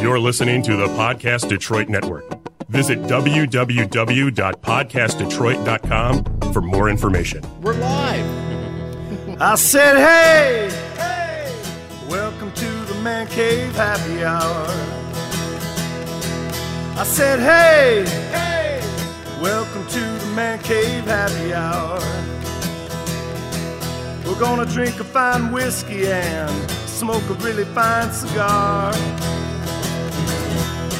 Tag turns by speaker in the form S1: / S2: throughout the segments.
S1: You're listening to the Podcast Detroit Network. Visit www.podcastdetroit.com for more information.
S2: We're live.
S3: I said, hey, hey, welcome to the Man Cave Happy Hour. I said, hey, hey, welcome to the Man Cave Happy Hour. We're gonna drink a fine whiskey and smoke a really fine cigar.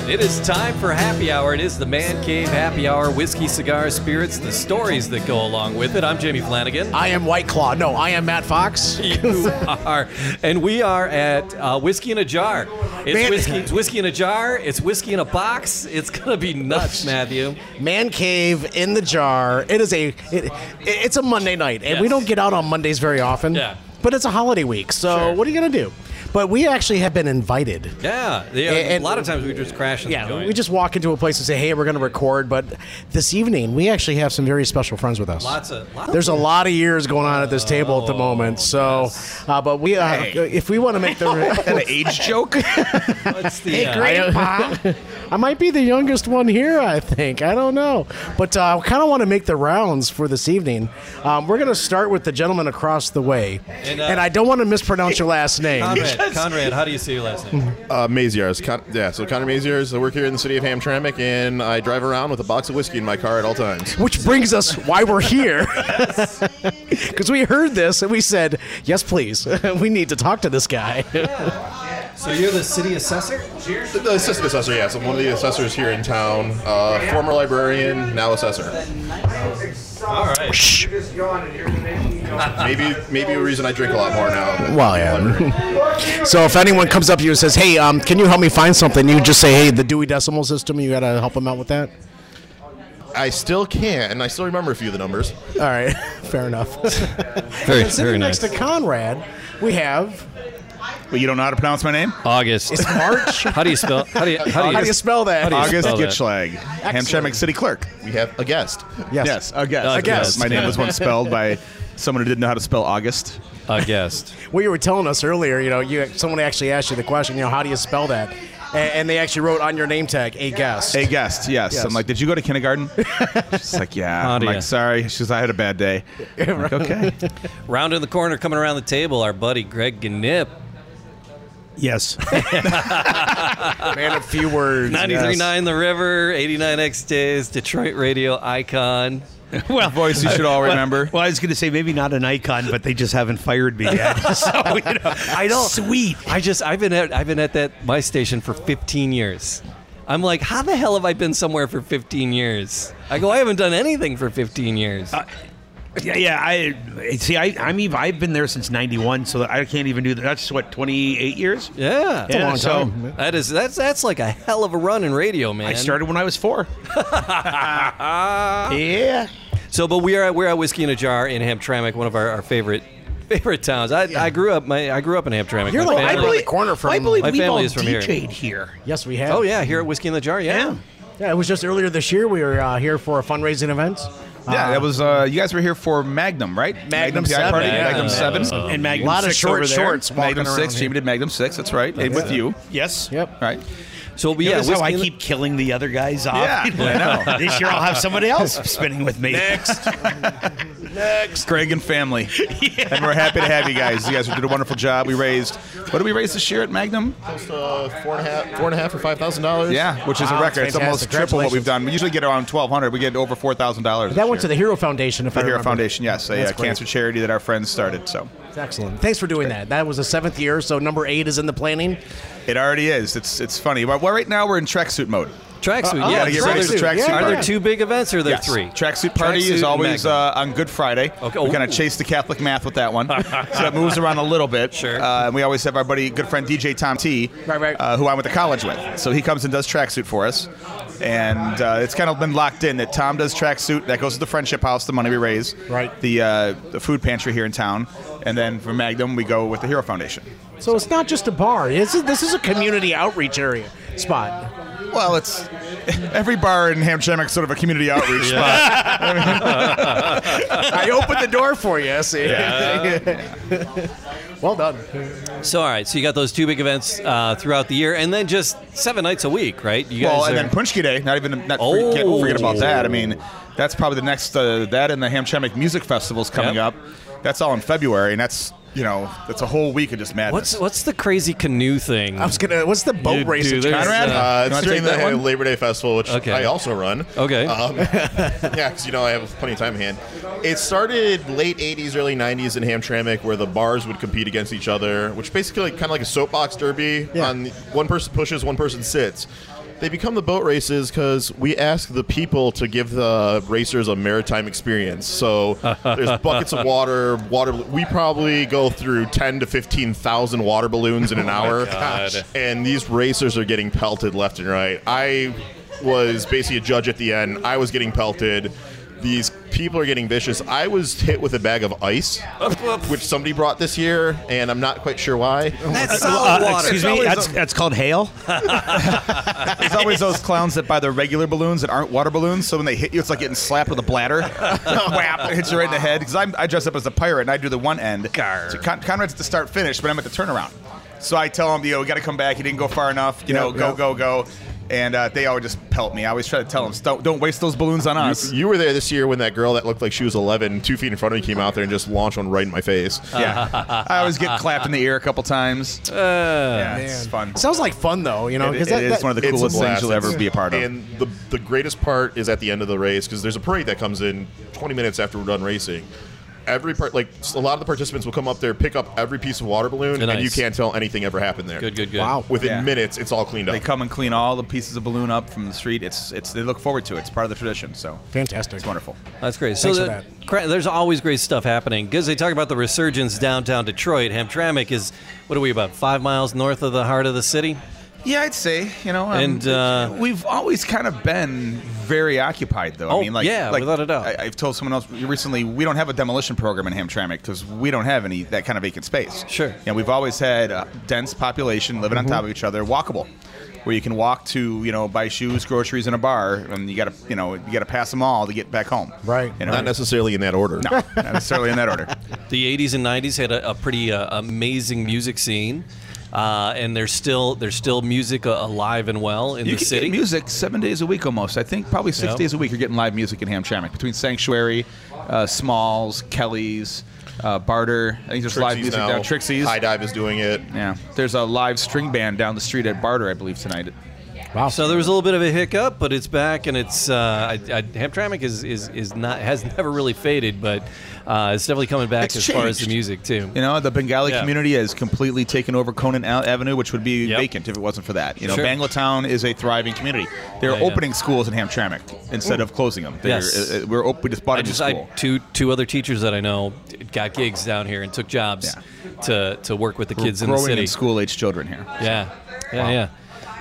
S4: It is time for happy hour. It is the Man Cave Happy Hour. Whiskey, cigars, spirits, the stories that go along with it. I'm Jamie Flanagan.
S2: I am White Claw. No, I am Matt Fox.
S4: You are, and we are at uh, whiskey in a jar. It's
S2: Man-
S4: whiskey. It's whiskey in a jar. It's whiskey in a box. It's gonna be nuts, Matthew.
S2: Man cave in the jar. It is a it, it's a Monday night, and we
S4: Yes.
S2: don't get out on Mondays very often.
S4: Yeah.
S2: But it's a holiday week, so
S4: Sure.
S2: what are you gonna do? But we actually have been invited.
S4: Yeah, they are-
S2: And-
S4: a lot of times we just crash. in the
S2: Yeah,
S4: joint.
S2: we just walk into a place and say, "Hey, we're going to record." But this evening, we actually have some very special friends with us.
S4: lots of lots
S2: There's a lot of years going on at this table at the moment. So,
S4: yes.
S2: uh, but we, uh, if we want to make the,
S5: an age joke?
S4: of what's the, uh,
S2: I, I might be the youngest one here, I think. I don't know. But uh, I kind of want to make the rounds for this evening. Um, we're going to start with the gentleman across the way. And,
S4: And, uh,
S2: I don't want to mispronounce your last name.
S4: Conrad, Conrad, how do you say your last name?
S6: Uh, Maziar's. Con- yeah, so Connor Maziar's. I work here in the city of Hamtramck, and I drive around with a box of whiskey in my car at all times.
S2: Which brings us why we're here. Because we heard this and we said, yes, please. we need to talk to this guy.
S4: So you're the city assessor.
S6: The, the assistant assessor, yes. I'm one of the assessors here in town. Uh, former librarian, now assessor.
S4: All right.
S6: Maybe maybe a reason I drink a lot more now.
S2: Well, yeah. so if anyone comes up to you and says, hey, um, can you help me find something? You just say, hey, the Dewey Decimal System, you got to help them out with that?
S6: I still can, and I still remember a few of the numbers.
S2: All right, fair enough.
S7: Very,
S2: and sitting
S7: very
S2: next
S7: nice.
S2: to Conrad, we have.
S5: Well, you don't know how to pronounce my name?
S7: August.
S2: March.
S7: How do you spell? How do you? How
S2: How do you spell that?
S7: How do you
S5: August
S7: spell that?
S5: Gitschlag, Hamtramck City Clerk.
S6: We have a guest.
S2: yes.
S5: Yes, a guest.
S7: A
S2: guest.
S5: My name was once spelled by someone who didn't know how to spell August.
S7: A guest.
S2: Well, you were telling us earlier. You know, you someone actually asked you the question. You know, how do you spell that? And, and they actually wrote on your name tag a guest.
S5: A guest, yes.
S2: Yes.
S5: I'm like, did you go to kindergarten? She's like, yeah.
S7: How
S5: I'm
S7: do ya?
S5: like, sorry. She's I had a bad day. I'm like, okay.
S4: Round in the corner, coming around the table, our buddy Greg Ganip.
S8: Yes.
S2: man of few words.
S4: 93.9 The River, 89 X Days, Detroit radio icon.
S5: well, voice you should all remember.
S8: Well, I was going to say maybe not an icon, but they just haven't fired me yet. so, you know, I don't. Sweet.
S4: I just I've been at I've been at that my station for 15 years. I'm like, how the hell have I been somewhere for 15 years? I go, I haven't done anything for 15 years.
S2: Uh,
S8: Yeah, yeah. I see. I, I'm even. I've been there since '91, so I can't even do that. That's what 28 years.
S4: yeah.
S8: yeah,
S2: long
S8: so
S2: time.
S4: That is that's that's like a hell of a run in radio, man.
S8: I started when I was four. yeah.
S4: So, but we are at, we're at Whiskey in a Jar in Hamtramck, one of our, our favorite favorite towns. I, I grew up my I grew up in Hamtramck.
S2: You're
S4: My
S2: like- I
S8: I
S4: family-
S2: believe-
S8: believe.
S2: corner from-
S8: I believe
S4: My
S8: we've
S4: family
S8: all
S4: is from here.
S8: DJ'd here.
S2: Yes, we have.
S4: Oh yeah, here at Whiskey in the Jar, yeah.
S8: Yeah.
S2: Yeah, it was just earlier this year. We were uh, here for a fundraising event.
S5: yeah, that was, uh, you guys were here for Magnum, right?
S2: Magnum
S5: PI Party,
S2: Seven, yeah.
S5: Magnum 7.
S8: Uh, and Magnum
S2: A lot of
S8: Six
S2: short
S8: over there.
S2: shorts walking
S5: Magnum
S2: around
S5: 6.
S2: here.
S5: Jamie did Magnum 6, that's right. and with you,
S8: Yes.
S2: Yep.
S5: right?
S4: So, but yeah,
S8: That's how
S4: Whiskey
S8: I
S4: in the-
S8: keep killing the other guys off.
S5: Yeah, I know.
S8: this year I'll have somebody else spinning with me.
S5: Greg and family. And we're happy to have you guys. You guys did a wonderful job. We raised, what did we raise this year at Magnum?
S6: Close to uh, four and a half, four and a half or five thousand dollars.
S5: Yeah, which is
S2: Wow,
S5: a record. It's
S2: fantastic.
S5: almost triple what
S2: Congratulations.
S5: we've done. We usually get around 1200 We get over $4,000.
S2: That went to the Hero Foundation, if I
S5: the Hero
S2: remember.
S5: Foundation, yes, a
S2: That's
S5: uh,
S2: great.
S5: cancer charity that our friends started. So
S2: It's excellent. Thanks for doing that. That was the seventh year, so number eight is in the planning.
S5: it already is. It's it's funny. Well, well, right now we're in tracksuit mode.
S4: tracksuit, yeah.
S5: gotta get
S4: so
S5: ready
S4: there's-
S5: for the tracksuit
S4: Are there
S5: party.
S4: two big events or are there
S5: Yes.
S4: three?
S5: Tracksuit party
S4: Tracksuit
S5: is always
S4: Magnum.
S5: uh, on Good Friday.
S4: Okay.
S5: We kind
S4: Ooh.
S5: of chase the Catholic math with that one, so that moves around a little bit.
S4: Sure.
S5: Uh, and we always have our buddy, good friend DJ Tom T,
S2: Right, right.
S5: Uh, who I went to college with. So he comes and does tracksuit for us, and uh, it's kind of been locked in that Tom does tracksuit. That goes to the Friendship House, the money we raise.
S2: Right.
S5: The uh, the food pantry here in town, and then for Magnum we go with the Hero Foundation.
S2: So it's not just a bar. This is, this is a community outreach area spot.
S5: Well, it's every bar in Hamtramck sort of a community outreach spot.
S2: I opened the door for you. See. Well done.
S5: uh,
S4: So all right, so you got those two big events uh, throughout the year, and then just seven nights a week, right? You
S5: well, and
S4: are-
S5: then Punchki Day. Not even not forget,
S4: Oh.
S5: forget about that. I mean, that's probably the next uh, that and the Hamtramck Music Festival's coming
S4: Yep.
S5: up. That's all in February, and that's you know that's a whole week of just madness.
S4: what's what's the crazy canoe thing?
S2: I was gonna. What's the boat
S4: You
S2: race?
S4: do
S2: that
S4: this.
S2: you-
S5: Conrad?
S6: Uh,
S5: You wanna
S6: it's during
S5: take that
S6: the
S5: one?
S6: Labor Day Festival, which
S4: Okay.
S6: I also run.
S4: Okay.
S5: Uh,
S6: Um, yeah, because you know I have plenty of time in hand. It started late '80s, early '90s in Hamtramck, where the bars would compete against each other, which basically like, kind of like a soapbox derby.
S2: Yeah.
S6: On one person pushes, one person sits. They become the boat races because we ask the people to give the racers a maritime experience. So there's buckets of water, water. We probably go through ten to fifteen thousand water balloons in an hour and these racers are getting pelted left and right. I was basically a judge at the end. I was getting pelted. These people are getting vicious. I was hit with a bag of ice, which somebody brought this year, and I'm not quite sure why.
S4: That's solid water.
S8: excuse me, that's, that's called hail.
S5: There's always those clowns that buy the regular balloons that aren't water balloons, so when they hit you, it's like getting slapped with a bladder. Whap! It hits you right in the head. Because I dress up as a pirate and I do the one end. So Con- Conrad's at the start finish, but I'm at the turnaround. So I tell him, you know, we got to come back. You didn't go far enough. You know,
S2: Yep,
S5: go,
S2: yep.
S5: go, go. And uh, they always just pelt me. I always try to tell them, don't, don't waste those balloons on us.
S6: You were there this year when that girl that looked like she was 11, two feet in front of me, came out there and just launched one right in my face.
S5: yeah. I always get clapped in the ear a couple times. yeah, it's fun.
S2: Sounds like fun though, you know,
S5: It-
S2: because
S5: it is one of the
S6: It's a
S5: coolest things
S6: blast.
S5: you'll ever be a part of.
S6: And the the greatest part is at the end of the race because there's a parade that comes in 20 minutes after we're done racing. Every part, like a lot of the participants, will come up there, pick up every piece of water balloon,
S4: Nice.
S6: and you can't tell anything ever happened there.
S4: Good, good, good.
S2: Wow.
S6: Within
S5: Yeah.
S6: minutes, it's all cleaned up.
S5: They come and clean all the pieces of balloon up from the street. It's it's they look forward to it. It's part of the tradition. So
S2: Fantastic.
S5: It's wonderful.
S4: That's great.
S2: Thanks
S4: so
S2: for
S4: the- cra- there's always great stuff happening because they talk about the resurgence downtown Detroit. Hamtramck is what are we about five miles north of the heart of the city?
S5: Yeah, I'd say you know, um,
S4: And, uh,
S5: we've always kind of been very occupied, though.
S4: Oh,
S5: I mean, like,
S4: yeah,
S5: like,
S4: without a doubt.
S5: I, I've told someone else recently we don't have a demolition program in Hamtramck because we don't have any that kind of vacant space.
S4: Sure. Mm-hmm.
S5: and we've always had a dense population living on top of each other, walkable, where you can walk to you know buy shoes, groceries, and a bar, and you got to you know you got to pass them all to get back home.
S2: Right.
S5: You know?
S6: Not necessarily in that order.
S5: no, not necessarily in that order.
S4: The 80s and 90s had a, a pretty uh, amazing music scene, uh, and there's still there's still music uh, alive and well in
S5: You
S4: the
S5: can
S4: city.
S5: get music seven days a week almost. I think probably six
S4: Yeah.
S5: days a week you're getting live music in Hamtramck between Sanctuary, uh, Smalls, Kelly's, uh, Barter. I think there's live
S6: Trixie's
S5: music
S6: now.
S5: down Trixie's.
S6: High Dive is doing it.
S5: Yeah, there's a live string band down the street at Barter, I believe tonight.
S2: Wow.
S4: So there was a little bit of a hiccup, but it's back, and it's uh, I, I, Hamtramck is, is is not has never really faded, but uh, it's definitely coming back
S5: It's
S4: as far as the
S5: changed.
S4: music too.
S5: You know, the Bengali
S4: Yeah.
S5: community has completely taken over Conan Al- Avenue, which would be
S4: Yep.
S5: vacant if it wasn't for that. You know,
S4: Sure.
S5: Banglatown is a thriving community. They're
S4: Yeah, yeah.
S5: opening schools in Hamtramck instead of closing them. They're-
S4: Yes.
S5: uh, uh, we're op- we just bought
S4: I
S5: a new
S4: just I,
S5: school.
S4: two two other teachers that I know got gigs down here and took jobs to to work with the
S5: We're
S4: kids in the
S5: growing
S4: city.
S5: in school-age children here.
S4: Yeah, yeah, yeah.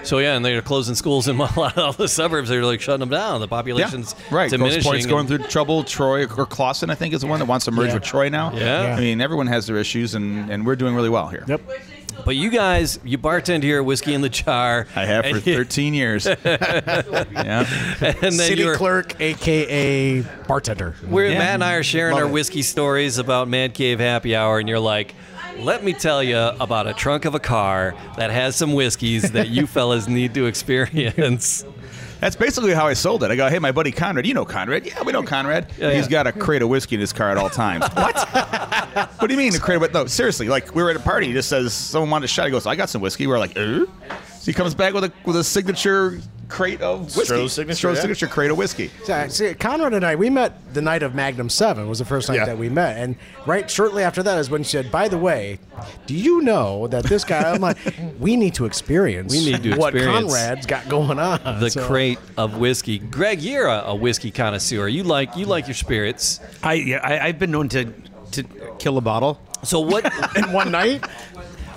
S4: So yeah, and they're closing schools in a lot of all the suburbs. They're like shutting them down. The population's
S5: yeah, right.
S4: diminishing.
S5: Ghost Point's going
S4: and-
S5: through trouble. Troy or Clausen, I think, is the one that wants to merge
S2: Yeah.
S5: with Troy now.
S4: Yeah. Yeah.
S5: I mean, everyone has their issues, and, and we're doing really well here.
S2: Yep.
S4: But you guys, you bartend here, at whiskey in the jar.
S5: I have for
S4: and you-
S5: 13 years. yeah.
S4: And then
S2: City
S4: you're,
S2: clerk, aka bartender.
S4: We're,
S5: Yeah.
S4: Matt and I are sharing
S2: Love
S4: our
S2: it.
S4: whiskey stories about Man Cave Happy Hour, and you're like, let me tell you about a trunk of a car that has some whiskeys that you fellas need to experience.
S5: That's basically how I sold it. I go, hey, my buddy Conrad, you know Conrad. Yeah, we know Conrad.
S4: Yeah,
S5: He's
S4: yeah.
S5: got a crate of whiskey in his car at all times. what? what do you mean, a crate of whiskey? No, seriously. Like, we were at a party. He just says, someone wanted a shot. He goes, I got some whiskey. We're like, eh? So he comes back with a, with a signature crate of whiskey.
S6: Stroh's signature,
S5: Stroh's
S6: yeah.
S5: signature crate of whiskey.
S2: Yeah, see, Conrad and I, we met the night of Magnum 7 was the first night
S6: Yeah.
S2: that we met. And right shortly after that is when she said, by the way, do you know that this guy, I'm like, we need to experience
S4: We need to
S2: what
S4: experience
S2: Conrad's got going on.
S4: The
S2: So-
S4: crate of whiskey. Greg, you're a, a whiskey connoisseur. You like you like your spirits.
S8: I, yeah, I I've been known to to kill a bottle.
S4: So what
S2: In one night?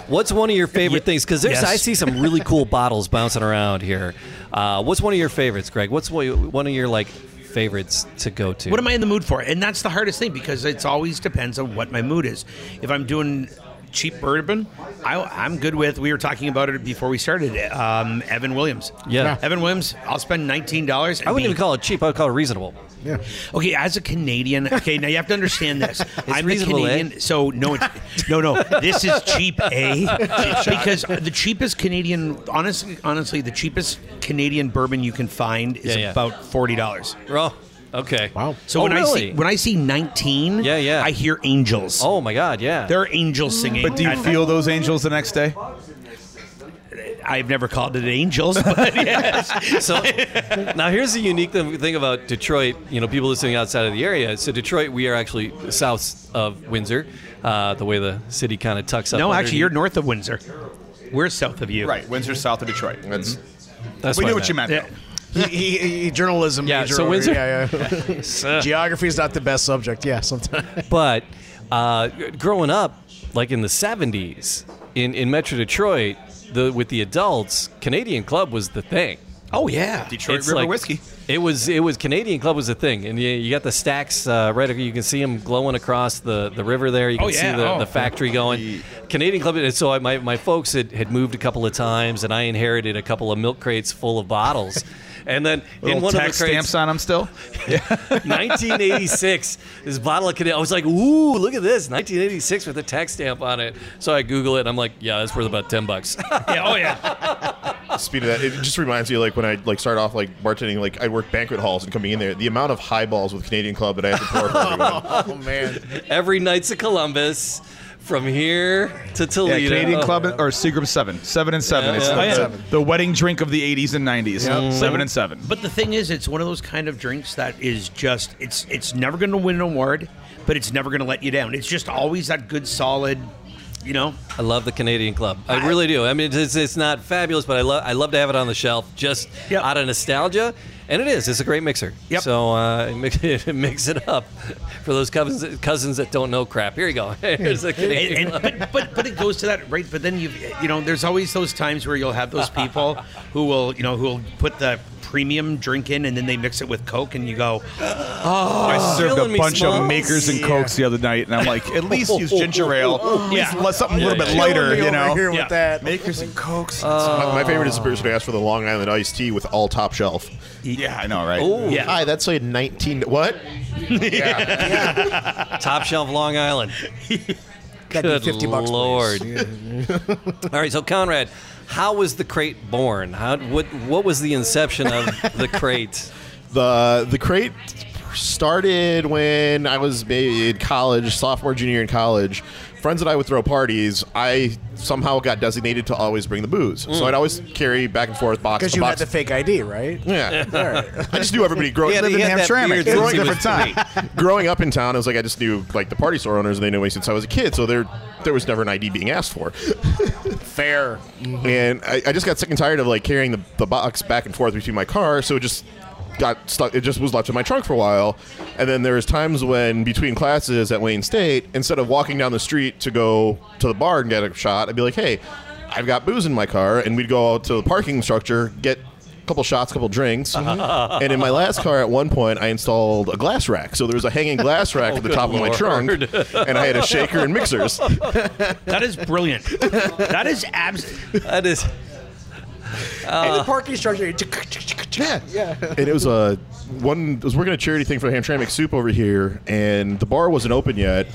S4: what's one of your favorite things? Because there's
S8: yes.
S4: I see some really cool bottles bouncing around here. Uh, what's one of your favorites, Greg? What's one one of your like favorites to go to?
S8: What am I in the mood for? And that's the hardest thing because it's always depends on what my mood is. If I'm doing cheap bourbon, I, I'm good with. We were talking about it before we started. Um, Evan Williams.
S4: Yeah.
S8: Evan Williams. I'll spend nineteen dollars.
S4: I wouldn't even call it cheap. I would call it reasonable.
S2: Yeah.
S8: Okay, as a Canadian, okay, now you have to understand this. I'm a
S4: reasonable, eh?
S8: Canadian, so no, it's, no, no. This is cheap, eh? because the cheapest Canadian, honestly, honestly, the cheapest Canadian bourbon you can find is
S4: Yeah, yeah.
S8: about forty dollars.
S4: Oh, okay.
S2: Wow.
S8: So
S4: Oh,
S8: when I see
S4: really?
S8: when I see nineteen,
S4: Yeah, yeah.
S8: I hear angels.
S4: Oh my God. Yeah.
S8: There are angels singing.
S5: But do you
S8: at-
S5: feel those angels the next day?
S8: I've never called it angels, but yes.
S4: So now here's the unique th- thing about Detroit. You know, people listening outside of the area. So Detroit, we are actually south of Windsor, uh, the way the city kind of tucks up.
S8: No, actually, you're
S4: underneath.
S8: north of Windsor. We're south of you.
S5: Right, Windsor, south of Detroit.
S6: That's
S4: That's
S5: Mm-hmm. we
S4: I
S5: knew what you meant.
S8: Yeah.
S5: though.
S2: He, he, he- journalism.
S4: Yeah,
S2: major
S4: so
S2: over-
S4: Windsor-
S2: Yeah, yeah. Geography is not the best subject. Yeah, sometimes.
S4: But uh, growing up, like in the '70s, in in Metro Detroit, the with the adults, Canadian Club was the thing.
S8: Oh yeah.
S5: Detroit
S4: It's
S5: River
S4: like-
S5: whiskey.
S4: It was it was Canadian Club was the thing, and you, you got the stacks uh, right. You can see them glowing across the, the river there. You can
S8: Oh, yeah.
S4: see the,
S8: Oh.
S4: the factory going. Canadian Club. And so I, my my folks had, had moved a couple of times, and I inherited a couple of milk crates full of bottles. And then in
S5: Little
S4: one
S5: tax
S4: of the crates,
S5: stamps on them still.
S4: 1986, this bottle of Canadian. I was like, ooh, look at this, 1986 with a tax stamp on it. So I Google it, and I'm like, yeah, that's worth about ten bucks.
S8: Yeah. Oh yeah.
S6: speed of that. It just reminds me like when I like started off like bartending. Like I worked banquet halls and coming in there, the amount of highballs with Canadian Club that I had to pour for everyone.
S2: Oh man.
S4: Every night's a Columbus, from here to
S5: Yeah,
S4: Toledo.
S5: Canadian Club or Seagram Seven, Seven and Seven. It's
S4: Oh, yeah.
S5: the,
S4: Oh, yeah.
S5: the- the wedding drink of the '80s and '90s. Seven and Seven.
S8: But the thing is, it's one of those kind of drinks that is just it's it's never going to win an award, but it's never going to let you down. It's just always that good solid, you know.
S4: I love the Canadian Club. I really do. I mean, it's, it's not fabulous, but I love I love to have it on the shelf just
S8: Yep.
S4: out of nostalgia. And it is. It's a great mixer.
S8: Yep.
S4: So uh, mix, mix it up for those cousins cousins that don't know crap. Here you go. Here's the Canadian
S8: And, and but, but but it goes to that right. But then you you know, there's always those times where you'll have those people who will you know who will put the premium drink in and then they mix it with Coke and you go,
S5: I served
S4: killing
S5: a
S4: me,
S5: bunch
S4: Smalls.
S5: of makers and cokes the other night, and I'm like, at least use ginger ale.
S8: Yeah.
S5: At least something a little bit
S2: Killing
S5: lighter,
S2: me
S5: you
S2: over
S5: know. Uh,
S2: Here
S8: Yeah.
S2: with that.
S5: Makers and cokes.
S6: my, my favorite is the
S2: Uh.
S6: person who asked for the Long Island iced tea with all top shelf.
S5: yeah, I know, right?
S4: Ooh,
S8: Yeah.
S6: Hi, that's a 19. What? Yeah.
S4: top shelf Long Island.
S2: That'd
S4: Good
S2: be 50 bucks. please.
S4: Lord. All right, so Conrad, how was the crate born? How what what was the inception of the crate?
S6: The the crate started when I was maybe in college, sophomore, junior year in college. Friends and I would throw parties. I somehow got designated to always bring the booze, so I'd always carry back and forth box.
S2: Mm. Because you had
S6: box.
S2: the fake ID, right?
S6: yeah.
S2: All right.
S6: I just knew everybody growing
S4: Yeah,
S5: Lived
S4: he
S5: in
S4: had that
S5: Hamtramck.
S4: beard
S5: It was
S4: since he
S5: a different time.
S6: growing up in town. I was like I just knew like the party store owners, and they knew me since I was a kid. So there there was never an ID being asked for.
S2: Fair.
S6: and I, I just got sick and tired of like carrying the, the box back and forth between my car so it just got stuck it just was left in my trunk for a while and then there was times when between classes at wayne state instead of walking down the street to go to the bar and get a shot i'd be like hey i've got booze in my car and we'd go out to the parking structure get a couple shots couple drinks and in my last car at one point i installed a glass rack so there was a hanging glass rack at the top of my trunk and i had a shaker and mixers
S8: that is brilliant. that is abs.
S4: That is
S2: and the parking structure.
S6: Yeah. And it was a one. I was working a charity thing for the Hamtramck Soup over here, and the bar wasn't open yet.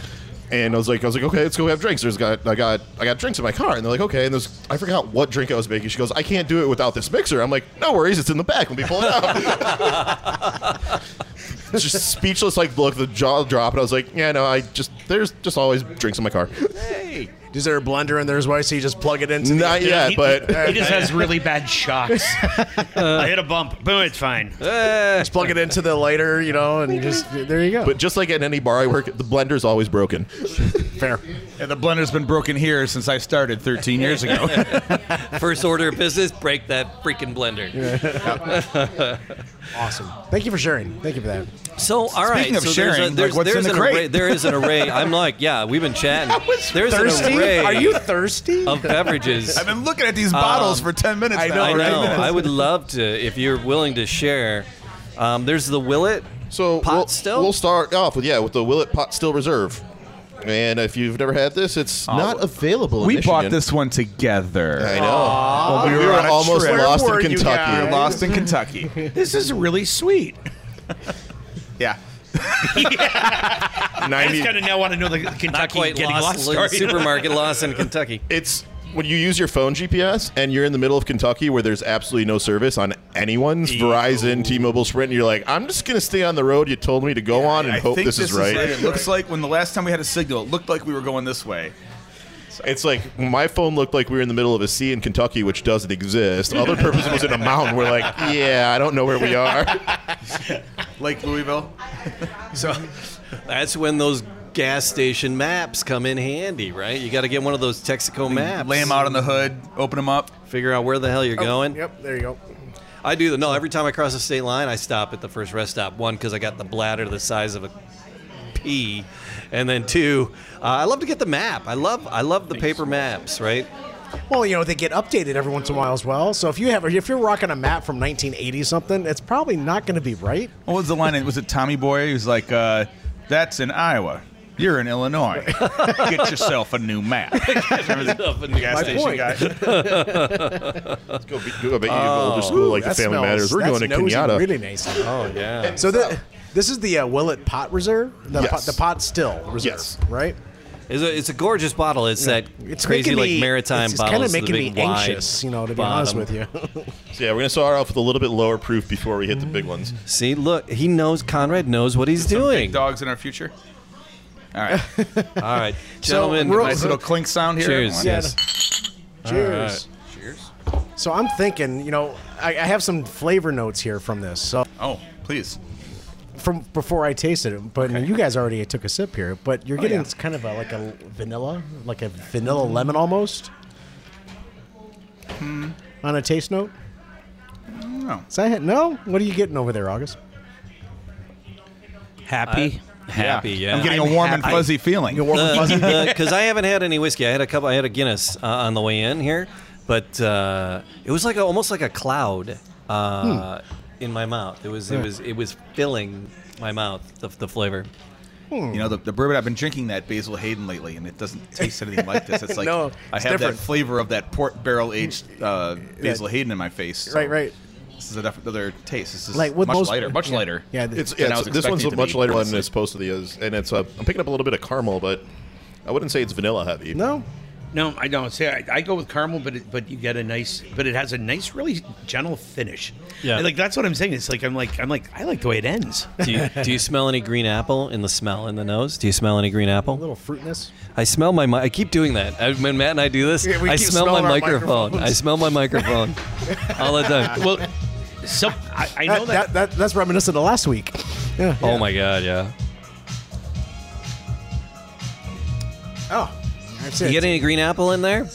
S6: And I was like, I was like, okay, let's go have drinks. There's got, I got, I got drinks in my car, and they're like, okay. And there's, I forgot what drink I was making. She goes, I can't do it without this mixer. I'm like, no worries, it's in the back. Let me pull it out. just speechless, like look, the jaw drop, and I was like, yeah, no, I just, there's just always drinks in my car.
S2: Is there a blender in there as well? So you just plug it into.
S6: Not yet,
S8: he,
S6: but
S8: he just has really bad shocks. I hit a bump. Boom, it's fine.
S2: Just plug it into the lighter, you know, and just there you go.
S6: but just like at any bar I work, at, the blender's always broken.
S2: fair.
S5: Yeah, the blender's been broken here since I started 13 years ago.
S4: first order of business. Break that freaking blender.
S2: Awesome. Thank you for sharing. Thank you for that.
S4: So all right.
S5: Speaking of
S4: so there's a,
S5: sharing, like,
S4: there's,
S5: what's in
S4: there's
S5: the
S4: an
S5: crate?
S4: array. There is an array. I'm like, yeah, we've been chatting. There's
S2: thirsty?
S4: an array
S2: Are you thirsty?
S4: of beverages.
S5: I've been looking at these bottles for 10 minutes. now.
S4: I know.
S5: right?
S4: I would love to if you're willing to share. Um, there's the Willet
S6: So
S4: pot
S6: we'll,
S4: still.
S6: we'll start off with yeah with the Willet Pot Still Reserve. And if you've never had this, it's not available. in
S5: Oh. We bought
S6: Michigan.
S5: this one together.
S6: I know.
S5: Well,
S6: we, were,
S5: on a
S6: Oh, almost
S5: trip.
S6: lost
S8: Where were
S6: in
S8: you
S6: Kentucky.
S8: guys?
S5: We're lost in Kentucky.
S8: This is really sweet.
S5: Yeah.
S8: I just
S6: 90
S8: kind of now want to know the
S4: Not
S8: Kentucky
S4: quite
S8: getting
S4: lost,
S8: lost,
S4: lo-
S8: story.
S4: supermarket lost in Kentucky.
S6: it's when you use your phone GPS and you're in the middle of Kentucky where there's absolutely no service on anyone's Verizon, T-Mobile, Sprint. And you're like, I'm just gonna stay on the road you told me to go on and
S5: I
S6: hope
S5: think
S6: this, is right.
S5: It looks like when the last time we had a signal, it looked like we were going this way.
S6: It's like my phone looked like we were in the middle of a sea in Kentucky, which doesn't exist. Other purpose was in a mountain. We're like, yeah, I don't know where we are.
S5: Lake Louisville.
S4: So that's when those gas station maps come in handy, right? You got to get one of those Texaco maps.
S5: Lay them out Oh, on the hood, open them up.
S4: Figure out where the hell you're going.
S2: Oh, Yep, there you go.
S4: I do. the- No, every time I cross the state line, I stop at the first rest stop. One, because I got the bladder the size of a pea, and then two, uh, I love to get the map. I love I love the paper maps, right?
S2: Well, you know they get updated every once in a while as well. So if you have, if you're rocking a map from 1980 something, it's probably not going to be right.
S5: What was the line? Was it Tommy Boy? He was like, uh, "That's in Iowa. You're in Illinois. Get yourself a new map."
S2: My point.
S6: Let's go. Be, go bet you go older school like the
S2: That
S6: Family
S2: smells-
S6: Matters. We're
S2: that's
S6: going to
S2: nosy
S6: Kenyatta.
S2: Really nice.
S4: Oh yeah.
S2: So the, this is the uh, Willett Pot Reserve, the,
S6: Yes.
S2: pot, the Pot Still Reserve,
S6: Yes.
S2: right?
S4: It's a, it's a gorgeous bottle. It's that crazy
S2: making
S4: like
S2: me-
S4: maritime
S2: It's, it's
S4: bottle.
S2: kind of
S4: It's the
S2: making me
S4: big wide
S2: anxious, you know, to be honest
S4: bottom.
S2: with you.
S6: So yeah, we're gonna start off with a little bit lower proof before we hit the big ones.
S4: See, look, he knows. Conrad knows what he's doing. All
S5: Dogs in our future. All right.
S4: right, gentlemen.
S2: we're-
S5: Nice little clink sound here.
S4: Cheers.
S5: everyone.
S4: Yes.
S2: Cheers. Cheers. So I'm thinking, you know, I, I have some flavor notes here from this. So
S5: Oh, please.
S2: from before I tasted it, but you guys already took a sip here. But
S4: Oh,
S2: you're getting kind of a, like a vanilla, like a vanilla lemon almost.
S4: Hmm.
S2: On a taste note.
S5: No.
S2: Is that it? No. What are you getting over there, August?
S8: Happy.
S4: Happy. Yeah.
S5: I'm getting a warm and fuzzy feeling.
S4: because I haven't had any whiskey. I had a couple. I had a Guinness uh, on the way in here, but uh, it was like a, almost like a cloud uh, in my mouth. It was it was it was filling my mouth the, the flavor.
S5: You know, the, the bourbon I've been drinking that Basil Hayden lately, and it doesn't taste anything like this. It's like
S2: No,
S5: I
S2: it's
S5: have
S2: different.
S5: that flavor of that port barrel aged uh, Basil Hayden in my face. so
S2: Right, right.
S5: This is a def- another taste. This is
S2: Like with
S5: much
S2: most
S5: lighter, much
S2: yeah.
S5: lighter.
S2: Yeah, th-
S6: It's,
S5: than I
S6: yeah,
S5: was
S6: it's- this one's a
S5: expecting it to
S6: much
S5: be,
S6: lighter one
S5: honestly.
S6: as opposed to the others, and it's uh, I'm picking up a little bit of caramel, but I wouldn't say it's vanilla heavy.
S2: No.
S8: No, I don't. See, I, I go with caramel, but it, but you get a nice, but it has a nice, really gentle finish.
S4: Yeah.
S8: And, like that's what I'm saying. It's like I'm like I'm like I like the way it ends.
S4: Do you, do you smell any green apple in the smell in the nose? Do you smell any green apple?
S2: A little fruitness.
S4: I smell my. mi- I keep doing that. I, when Matt and I do this,
S2: Yeah, we
S4: I
S2: keep
S4: smell my
S2: smelling our
S4: microphone. I
S2: microphones.
S4: smell my microphone all the time.
S8: Well, so I, I
S2: That,
S8: know that,
S2: that, that, that's reminiscent of last week. Yeah.
S4: Oh my god, yeah.
S2: Oh. That's
S4: You
S2: it.
S4: get any green apple in there?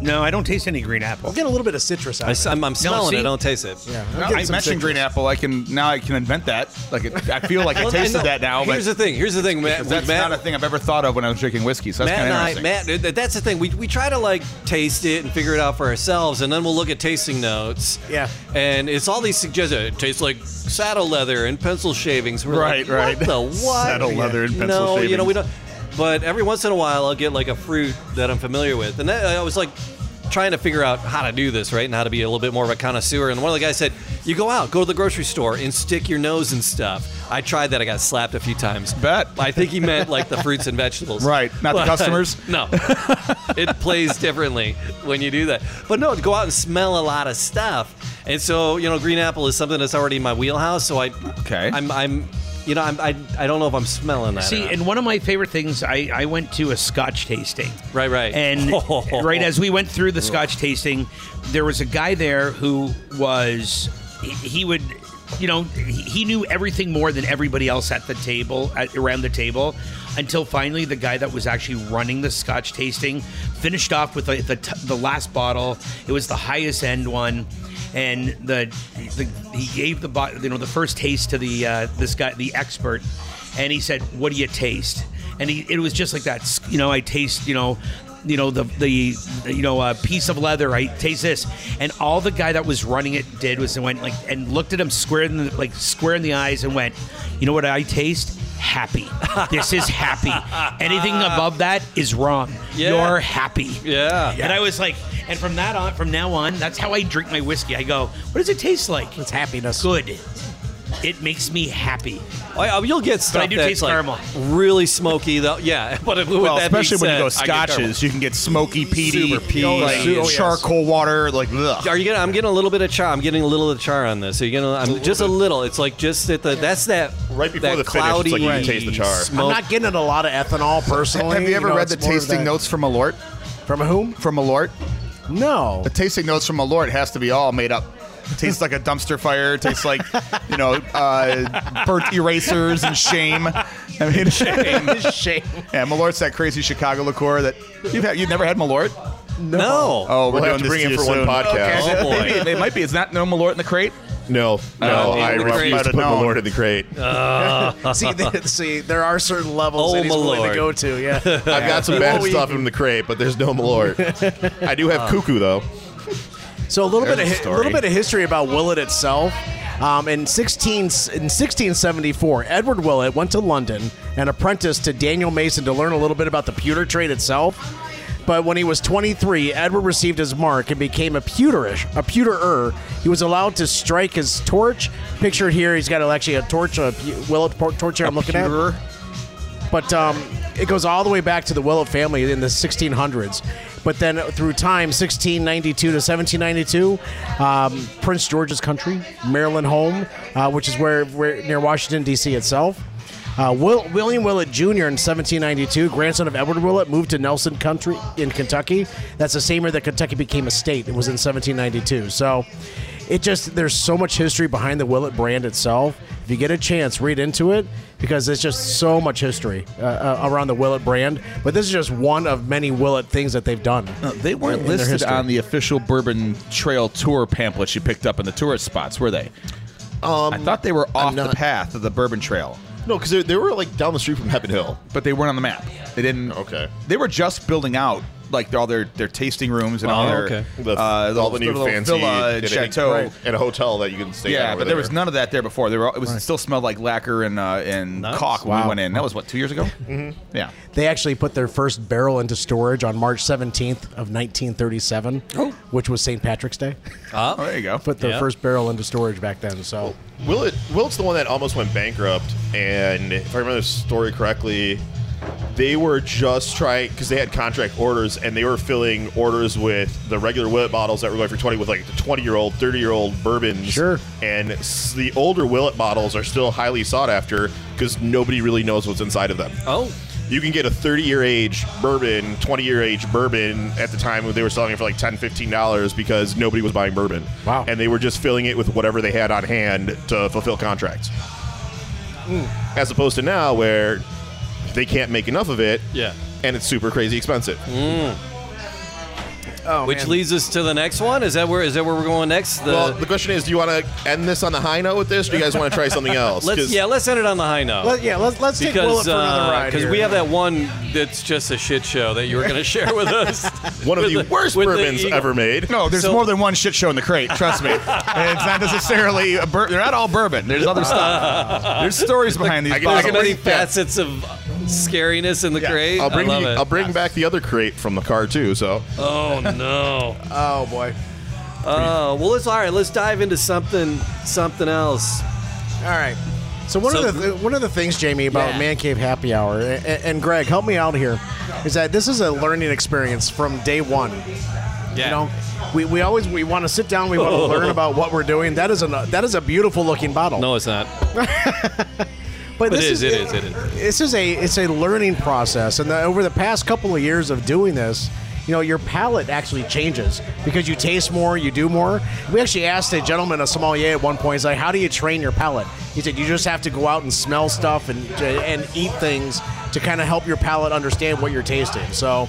S8: No, I don't taste any green apple.
S2: I'm getting a little bit of citrus out
S4: I,
S2: of it.
S4: am I'm smelling it.
S8: see-
S4: I don't taste it.
S2: Yeah, I'm
S5: No,
S2: getting
S5: I
S2: some
S5: mentioned
S2: citrus.
S5: green apple. I can now. I can invent that. Like it, I feel like I
S4: Well,
S5: tasted
S4: no,
S5: that now. But
S4: Here's the thing. Here's the thing, Matt.
S5: that's
S4: Matt-
S5: not a thing I've ever thought of when I was drinking whiskey. So that's
S4: Matt
S5: kind
S4: and
S5: of
S4: I,
S5: interesting.
S4: Matt, th- that's the thing. We, we try to like taste it and figure it out for ourselves, and then we'll look at tasting notes.
S2: Yeah.
S4: And it's all these suggestions. It tastes like saddle leather and pencil shavings. We're
S5: Right,
S4: like,
S5: right.
S4: What the what?
S5: Saddle leather and pencil
S4: no, you know
S5: shavings.
S4: we don't. But every once in a while, I'll get like a fruit that I'm familiar with, and that, I was like trying to figure out how to do this right and how to be a little bit more of a connoisseur. And one of the guys said, "You go out, go to the grocery store, and stick your nose in stuff." I tried that. I got slapped a few times.
S5: Bet.
S4: I think he meant like the fruits and vegetables.
S5: Right, not the
S4: But-
S5: customers.
S4: No, it plays differently when you do that. But no, go out and smell a lot of stuff. And so you know, green apple is something that's already in my wheelhouse. So I,
S5: Okay.
S4: I'm, I'm, you know, I'm, I, I don't know if I'm smelling that.
S8: See,
S4: or not.
S8: and one of my favorite things, I, I went to a Scotch tasting.
S4: Right, right.
S8: And right as we went through the Scotch tasting, there was a guy there who was he, he would, you know, he he knew everything more than everybody else at the table at, around the table, until finally the guy that was actually running the Scotch tasting finished off with like the t- the last bottle. It was the highest end one. And the, the he gave the bo- you know the first taste to the uh, this guy the expert, and he said, "What do you taste?" And he, it was just like that. You know, I taste. You know, you know the the you know a piece of leather. I taste this, and all the guy that was running it did was went like and looked at him square in the like square in the eyes and went, "You know what I taste? happy. This is happy. Anything above that is wrong.
S4: Yeah.
S8: You're happy.
S4: Yeah.
S8: And I was like, and from that on, from now on, that's how I drink my whiskey. I go, what does it taste like?
S2: It's happiness.
S8: Good. It makes me happy.
S4: I, I- Oh, you'll get stuff
S8: I do
S4: that's
S8: taste
S4: like
S8: caramel.
S4: really smoky though. Yeah, but with
S5: Well,
S4: that
S5: especially
S4: being
S5: when you go
S4: said, I get caramel.
S5: scotches, you can get smoky, peaty,
S4: Super peaty. Oh,
S5: like,
S4: yeah. Oh, yes.
S5: charcoal water, like ugh.
S4: Are you gonna? I'm getting a little bit of char. I'm getting a little of char on this. Are you gonna? I'm just a little. It's like just at the. That's that.
S6: Right
S4: that
S6: before the finish, it's
S4: cloudy
S6: like you can taste the char. I'm
S2: I'm
S4: Smoke.
S2: not getting a lot of ethanol personally.
S5: Have you ever
S2: know,
S5: read the
S2: it's more of
S5: tasting
S2: that-
S5: notes from Malort?
S2: From whom?
S5: From Malort,
S2: No.
S5: the tasting notes from Malort has to be all made up. Tastes like a dumpster fire. Tastes like, you know, uh, burnt erasers and shame. I mean, shame.
S2: Shame.
S5: Yeah, Malort's that crazy Chicago liqueur that you've had, you've never had Malort.
S4: no.
S5: Oh,
S6: We'll
S5: we're doing
S6: have to
S5: this
S6: bring
S5: to
S6: it
S5: you
S6: for one
S5: soon.
S6: podcast.
S4: Okay. Oh, boy.
S5: Maybe it- it might be. It's not no Malort in the crate.
S6: No, no,
S4: Oh,
S6: I
S4: in the crate.
S6: refuse to
S5: Might've
S6: put
S5: known.
S6: Malort in the crate.
S2: see, th- see, there are certain levels
S4: Oh,
S2: that he's
S4: my
S2: willing
S4: lord.
S2: to go to. Yeah.
S6: I've got some bad stuff in the crate, but there's no Malort. I do have cuckoo though.
S2: So a little bit, of,
S5: There's a
S2: hi-
S5: story.
S2: little bit of history about Willett itself. Um, in 16 in 1674, Edward Willett went to London and apprenticed to Daniel Mason to learn a little bit about the pewter trade itself. But when he was 23, Edward received his mark and became a pewterish, a pewterer. He was allowed to strike his torch. Pictured here, he's got actually a torch, a pu- Willett por- torch here I'm looking at.
S5: Pewterer?
S2: But um, it goes all the way back to the Willett family in the 1600s. But then through time, 1692 to 1792, um, Prince George's country, Maryland home, uh, which is where, where near Washington D.C. itself. Uh, Will, William Willett Jr. in 1792, grandson of Edward Willett, moved to Nelson Country in Kentucky. That's the same year that Kentucky became a state. It was in 1792. So it just there's so much history behind the Willett brand itself. If you get a chance, read into it because it's just so much history uh, uh, around the Willett brand. But this is just one of many Willett things that they've done.
S5: They weren't
S2: in their
S5: listed
S2: history.
S5: on the official Bourbon Trail Tour pamphlets you picked up in the tourist spots, were they? Um, I thought they were off the
S6: not-
S5: path of the Bourbon Trail,
S6: No, because they, they were like down the street from Heaven Hill.
S5: but they weren't on the map. They didn't.
S6: Okay.
S5: They were just building out like all their, their tasting rooms and all
S7: Oh,
S5: their
S7: okay.
S6: The,
S5: uh,
S6: all the
S5: little-
S6: new
S5: little
S6: fancy
S5: villa and
S6: and
S5: chateau.
S6: a, and a hotel that you can stay.
S5: Yeah,
S6: at over
S5: but there was none of that there before. They were all, it was it still smelled like lacquer and uh, and caulk when we
S2: Wow.
S5: went in. That was what two years ago. mm-hmm. Yeah,
S2: They actually put their first barrel into storage on March 17th of 1937, which was St. Patrick's Day.
S5: oh, there you go.
S2: put their
S7: Yeah.
S2: first barrel into storage back then. So
S6: Willett, Willett's the one that almost went bankrupt, and if I remember the story correctly, they were just trying because they had contract orders, and they were filling orders with the regular Willett bottles that were going for twenty with like the twenty-year-old, thirty-year-old bourbons.
S2: Sure.
S6: And s- the older Willett bottles are still highly sought after because nobody really knows what's inside of them.
S4: Oh.
S6: You can get a 30 year age bourbon, 20 year age bourbon at the time when they were selling it for like 10 $15 because nobody was buying bourbon.
S2: Wow.
S6: And they were just filling it with whatever they had on hand to fulfill contracts.
S4: Hmm.
S6: As opposed to now where they can't make enough of it.
S4: Yeah. Hmm.
S6: And it's super crazy expensive. Oh,
S4: Which leads us to the next one. Is that where? Is that where we're going next? The,
S6: well, the question is do you want to end this on the high note with this? Or do you guys want to try something else?
S4: let's
S6: 'Cause
S4: yeah. Let's end it on the high note.
S2: Let- Uh, yeah, let's let's take Willett
S4: because
S2: for another
S4: uh,
S2: ride
S4: 'cause
S2: here.
S4: we have that one that's just a shit show that you were going to share with us.
S6: one of
S4: With
S6: the,
S4: the-
S6: worst
S4: with the
S6: bourbons
S4: eagle.
S6: ever made.
S5: No, there's
S4: So-
S5: more than one shit show in the crate. Trust me, And it's not necessarily a bur- they're not all bourbon. There's other stuff. There's stories behind these.
S6: I can- I
S4: There's
S5: bottles.
S6: can
S4: many
S6: bring- yeah.
S4: facets of scariness in the crate.
S6: I'll bring
S4: I love
S6: you-
S4: it.
S6: I'll bring back the other crate from the car too. So
S4: oh no.
S2: oh boy.
S4: Uh, well, let's all right. Let's dive into something something else.
S2: All right. So one
S4: So-
S2: of the th- one of the things, Jamie, about
S4: Yeah.
S2: Man Cave Happy Hour, and, and Greg, help me out here, is that this is a learning experience from day one.
S4: Yeah.
S2: You know, we, we always we want to sit down, we want to learn about what we're doing. That is a that is a beautiful looking bottle.
S4: no, it's not.
S2: but
S4: it is, it is, it is.
S2: This is a it's a learning process, and the, over the past couple of years of doing this, you know, your palate actually changes because you taste more, you do more. We actually asked a gentleman, a sommelier, at one point, he's like, "How do you train your palate?" He said, "You just have to go out and smell stuff and and eat things to kind of help your palate understand what you're tasting." So.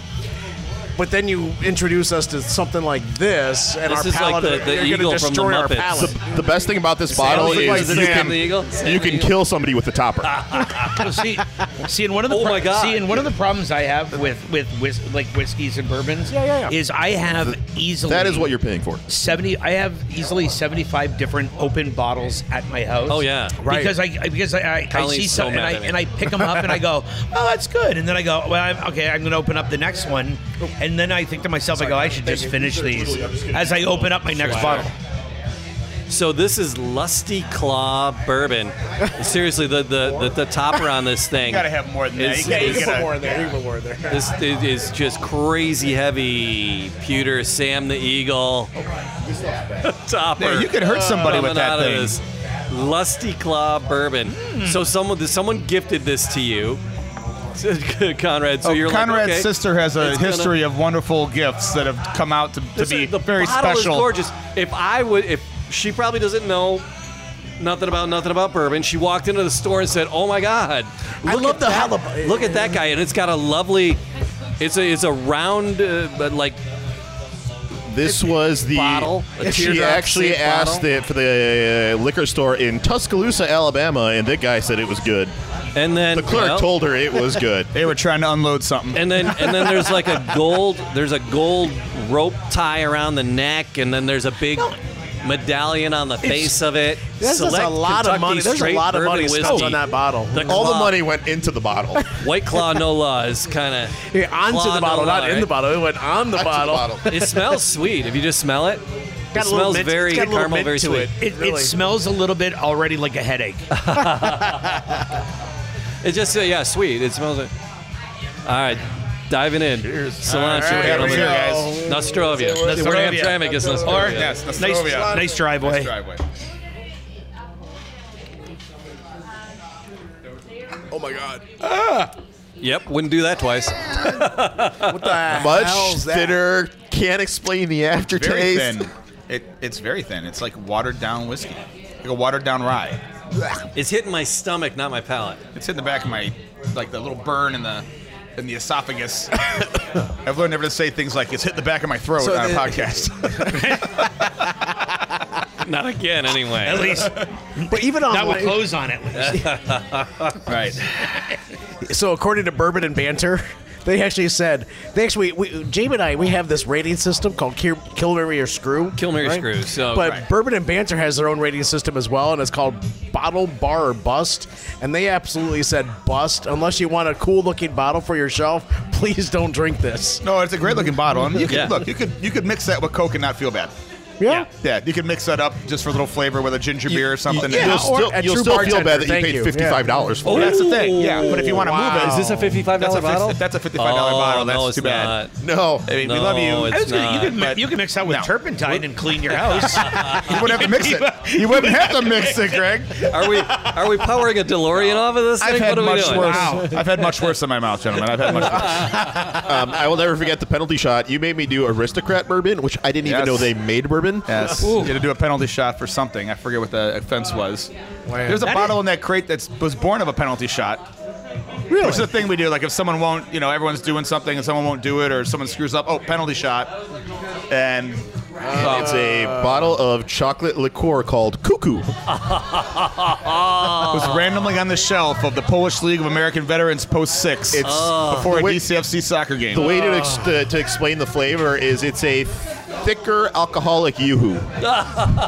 S2: But then you introduce us to something like this, and
S4: This
S2: our
S4: is like
S2: palate
S4: the- the
S2: you're
S4: eagle
S2: going to
S4: from the
S2: destroy our
S4: Muppets.
S6: The,
S2: palate.
S6: the best thing about this bottle
S4: Sam the
S6: is
S4: Eagle.
S6: you
S4: Sam
S6: can
S4: the Eagle. Sam
S6: you
S4: the
S6: can
S4: Eagle.
S6: kill somebody with the topper.
S8: Well, see, see, and one of the
S4: Oh my God.
S8: see, and one of the problems I have with with whis- like whiskeys and bourbons
S2: Yeah, yeah, yeah.
S8: is I have easily
S6: that is what you're paying for.
S8: 70 I have easily 75 different open bottles at my house.
S4: Oh, yeah.
S2: Right.
S8: Because I I- because I, I, I
S4: Colleen's
S8: see
S4: so
S8: some and
S4: mad
S8: I,
S4: at me.
S8: and I pick them up and I go, "Oh, that's good." And then I go, "Well, I'm, okay, I'm going to open up the next one." And then I think to myself, I go, "I should just finish these as I open up my next bottle."
S4: So this is Lusty Claw Bourbon. Seriously, the the, the, the topper on this thing.
S5: You gotta have more than that.
S4: is-
S5: You gotta-
S2: You
S4: is-
S2: can put more in there. You can put more in there.
S4: This it is just crazy heavy. Pewter, Sam the Eagle,
S2: Oh,
S4: topper.
S5: Yeah, you could hurt somebody
S4: coming
S5: with
S4: out
S5: that
S4: of
S5: thing. Hmm.
S4: this Lusty Claw Bourbon. So someone someone gifted this to you, Conrad. So
S5: Oh,
S4: you're
S5: Conrad's
S4: like, okay,
S5: sister has a
S4: it's gonna-
S5: history of wonderful gifts that have come out to, to
S4: This-
S5: be
S4: the
S5: very
S4: bottle
S5: special.
S4: Is gorgeous. If I would, if she probably doesn't know. Nothing about nothing about bourbon. She walked into the store and said, "Oh my God,
S2: I
S4: look
S2: love
S4: at
S2: the
S4: that,
S2: halib-
S4: Look at that guy, and it's got a lovely. It's a it's a round, uh, but like
S6: This was the
S4: Bottle, a
S6: She
S4: teardrop
S6: actually
S4: shaped
S6: asked
S4: bottle.
S6: it for the uh, liquor store in Tuscaloosa, Alabama, and that guy said it was good.
S4: and then
S6: The clerk
S4: well,
S6: told her it was good.
S5: They were trying to unload something.
S4: and then and then there's like a gold there's a gold rope tie around the neck, and then there's a big. Medallion on the face of it.
S2: This is
S4: Select
S2: a lot of
S4: Kentucky
S2: money. There's a
S4: straight
S2: lot of
S4: bourbon
S2: money spent
S4: whiskey.
S2: on that bottle.
S4: The
S6: All the
S4: claw-
S6: money went into the bottle.
S4: White Claw No Law is kind of
S2: Yeah, onto the bottle, not in the bottle. It went on the bottle.
S4: It smells sweet if you just smell it.
S2: Got
S4: it
S2: a little
S4: smells
S2: mint-
S4: very
S2: it's got a little
S4: caramel,
S2: mint
S4: very
S2: to
S4: sweet.
S2: it.
S8: It,
S2: Really.
S8: it smells a little bit already like a headache.
S4: It's just uh, yeah, sweet. It smells. Like... All right, diving in. Cheers. Cilantro,
S5: right,
S4: gentlemen.
S5: here we go,
S4: Nostrovia. We're
S8: Nostrovia.
S4: Hamtramck is
S8: Or
S4: Nostrovia.
S5: Yes, the
S8: nice,
S5: Slovia.
S8: nice driveway.
S5: driveway.
S6: Oh my god.
S4: Yep, wouldn't do that twice.
S2: What the
S6: Much
S2: hell's that?
S6: thinner. Can't explain the
S5: Very
S6: aftertaste.
S5: thin. It, it's very thin. It's like watered down whiskey, like a watered down rye.
S4: It's hitting my stomach, not my palate.
S5: It's in the back of my, like the little burn in the, in the esophagus. I've learned never to say things like "it's hit the back of my throat"
S2: So
S5: on a
S2: the-
S5: podcast.
S4: Not again,
S8: At
S4: anyway.
S8: least
S2: But even on
S8: not with
S2: like-
S8: clothes on it.
S5: right.
S2: so according to Bourbon and Banter, they actually said they actually we, James and I we have this rating system called Kill, Kill Mary or Screw.
S4: Kill Mary Screw, so-
S2: but
S4: Right.
S2: Bourbon and Banter has their own rating system as well, and it's called Bottle Bar or Bust. And they absolutely said bust unless you want a cool looking bottle for your shelf. Please don't drink this.
S5: No, it's a great looking bottle, and you could
S4: Yeah.
S5: look. You could you could mix that with Coke and not feel bad.
S2: Yeah.
S5: Yeah, you could mix that up just for a little flavor with a ginger beer or something.
S2: yeah,
S6: you'll
S5: And-
S2: or
S6: still,
S2: at
S6: you'll
S2: True
S6: still feel
S2: Bartender,
S6: bad that you
S2: thank
S6: paid
S2: you.
S6: fifty five dollars for
S5: that's
S6: it.
S5: the thing. Yeah, but if you want to move it,
S2: Wow.
S5: is
S4: Is this a fifty-five
S5: that's
S4: dollar
S5: a fix-
S4: bottle?
S5: that's a $55 bottle.
S4: Oh,
S5: That's
S4: no, it's
S5: too bad.
S4: not.
S6: No.
S5: I mean, we
S4: No,
S5: love
S4: it's
S5: you.
S8: I was gonna, you,
S4: not,
S8: could mi-
S5: but-
S8: you could mix that with
S5: No.
S8: turpentine and clean your house.
S5: You wouldn't have to mix it. You wouldn't have to mix it, Greg.
S4: Are we are we powering a DeLorean off of this thing?
S5: I've had
S4: what are we
S5: much
S4: doing?
S5: worse. I've had much worse in my mouth, gentlemen. I've had much worse.
S6: Um, I will never forget the penalty shot. You made me do aristocrat bourbon, which I didn't
S5: Yes.
S6: even know they made bourbon.
S5: Yes. You had to do a penalty shot for something. I forget what the offense was. There's a bottle in that crate that was born of a penalty shot. Really? Which is the thing we do. Like if someone won't, you know, everyone's doing something and someone won't do it or someone screws up, oh, penalty shot. And
S6: It's a bottle of chocolate liqueur called Cuckoo.
S5: it was randomly on the shelf of the Polish League of American Veterans post six.
S6: It's
S5: before a
S6: wait-
S5: DCFC soccer game.
S6: The way to, ex- to, to explain the flavor is it's a thicker alcoholic yoo-hoo.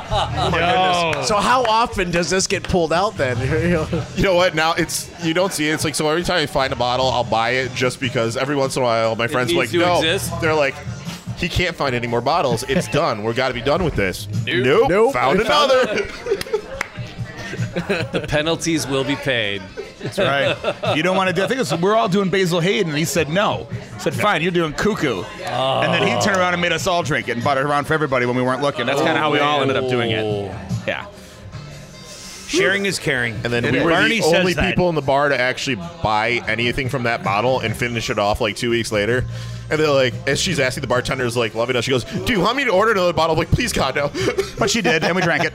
S2: So how often does this get pulled out then?
S6: You know what? Now it's you don't see it. It's like so every time I find a bottle, I'll buy it just because every once in a while my friends are
S4: needs
S6: like
S4: to
S6: no.
S4: exist?
S6: They're like he can't find any more bottles. It's done. We've got to be done with this. Nope.
S2: Nope.
S6: Found
S2: We found
S6: another.
S4: The penalties will be paid.
S5: That's right. You don't want to do. I think it's, we're all doing Basil Hayden, and he said no. I said fine, you're doing cuckoo, and then he turned around and made us all drink it and bought it around for everybody when we weren't looking. That's kind of how we all ended up doing it. Yeah.
S8: Sharing is caring.
S6: And then we were
S8: Bernie
S6: the only
S8: says that.
S6: people in the bar to actually buy anything from that bottle and finish it off like two weeks later. And they're like, as she's asking the bartender is like loving us, she goes, "Do you want me to order another bottle?" I'm like, please, God, no.
S5: But she did, and we drank it.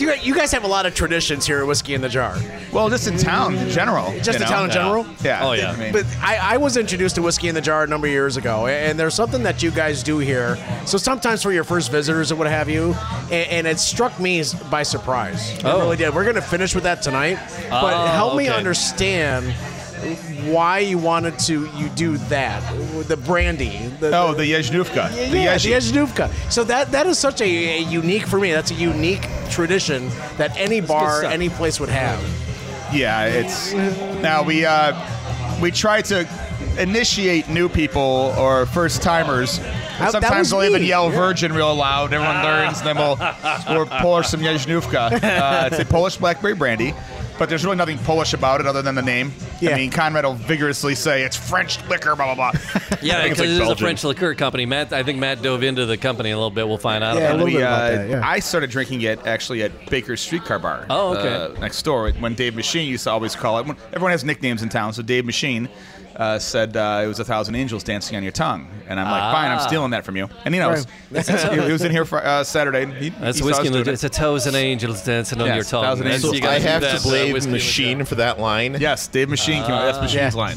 S2: You guys- you guys have a lot of traditions here at Whiskey in the Jar.
S5: Well, just in town in general.
S2: Just in
S5: you know?
S2: town in general?
S5: Yeah.
S4: Oh,
S5: I think-
S4: yeah.
S5: I mean,
S2: But I, I was introduced to Whiskey in the Jar a number of years ago, and there's something that you guys do here. So sometimes for your first visitors and what have you, and, and it struck me s- by surprise.
S4: Oh.
S2: It really did. We're going to finish with that tonight, but
S4: Oh,
S2: help me
S4: okay.
S2: understand why you wanted to you do that the brandy the,
S5: oh, the Yezhnuvka.
S2: yeah,
S5: the
S2: yeah,
S5: Yezhi.
S2: the Yezhnivka. So that that is such a, a unique for me. That's a unique tradition that any bar,
S4: stuff.
S2: any place would have.
S5: Yeah, it's now we uh, we try to initiate new people or first timers.
S2: that was
S5: Sometimes we'll even
S2: me.
S5: yell "virgin" real loud. Everyone learns, and then we'll we'll pour some Yezhnuvka. Uh, it's a Polish blackberry brandy. But there's really nothing Polish about it other than the name.
S2: Yeah.
S5: I mean, Conrad will vigorously say it's French liquor, blah
S4: Yeah,
S5: blah blah. think it's
S4: because
S5: like
S4: it is a
S5: Belgian.
S4: French liqueur company. Matt, I think Matt dove into the company a little bit. We'll find out.
S2: Yeah, a
S4: about
S2: little
S5: we,
S2: bit about
S5: uh,
S2: that, yeah.
S5: I started drinking it actually at Baker's Streetcar Bar.
S4: Oh, okay.
S5: uh, next door, when Dave Machine used to always call it. When, everyone has nicknames in town, so Dave Machine uh, said uh, it was a thousand angels dancing on your tongue, and I'm like,
S4: Ah.
S5: fine, I'm stealing that from you. And he knows. he, he was in here for, uh, Saturday. and He,
S4: That's
S5: he saw us
S4: whiskey. In the,
S5: doing
S4: it's
S5: it.
S4: a thousand angels dancing on
S5: Yes,
S4: your tongue.
S5: Thousand
S4: And
S5: Angels.
S4: you
S6: I
S4: guys
S6: have
S4: do that,
S6: to
S4: uh,
S6: blame
S4: whiskey with
S6: Machine
S4: that.
S6: for that line.
S5: Yes, Dave Machine came out.
S4: Ah.
S5: That's Machine's line.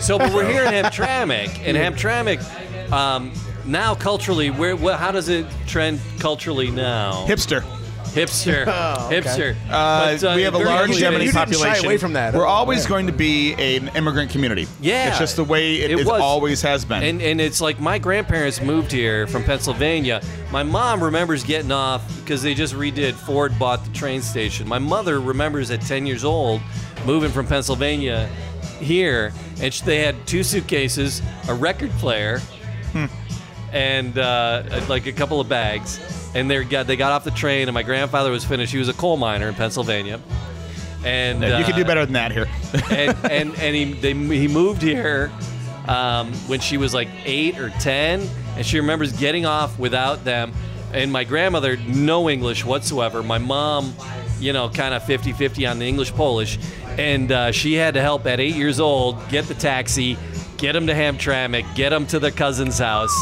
S4: So, but we're here in Hamtramck, and Hamtramck, um, now culturally, where, wh- how does it trend culturally now?
S5: Hipster.
S4: Hipster, hipster.
S5: Oh, Uh,
S4: But,
S5: we have a
S4: very
S5: large
S4: much-
S5: Yemeni
S2: You didn't shy
S5: population.
S2: away from that.
S5: We're always going to be an immigrant community.
S4: Yeah.
S5: it's just the way it,
S4: It
S5: it
S4: was.
S5: always has been.
S4: And, and it's like my grandparents moved here from Pennsylvania. My mom remembers getting off because they just redid Ford bought the train station. My mother remembers at 10 years old moving from Pennsylvania here, and sh they had two suitcases, a record player,
S5: Hmm.
S4: and uh, like a couple of bags. And they got they got off the train, and my grandfather was finished. He was a coal miner in Pennsylvania, and
S5: you can do
S4: uh,
S5: better than that here.
S4: and and, and he they, he moved here um, when she was like eight or ten, and she remembers getting off without them. And my grandmother, no English whatsoever. My mom, you know, kind of 50 50 on the English Polish. And uh, she had to help at eight years old get the taxi, get him to Hamtramck, get him to their cousin's house.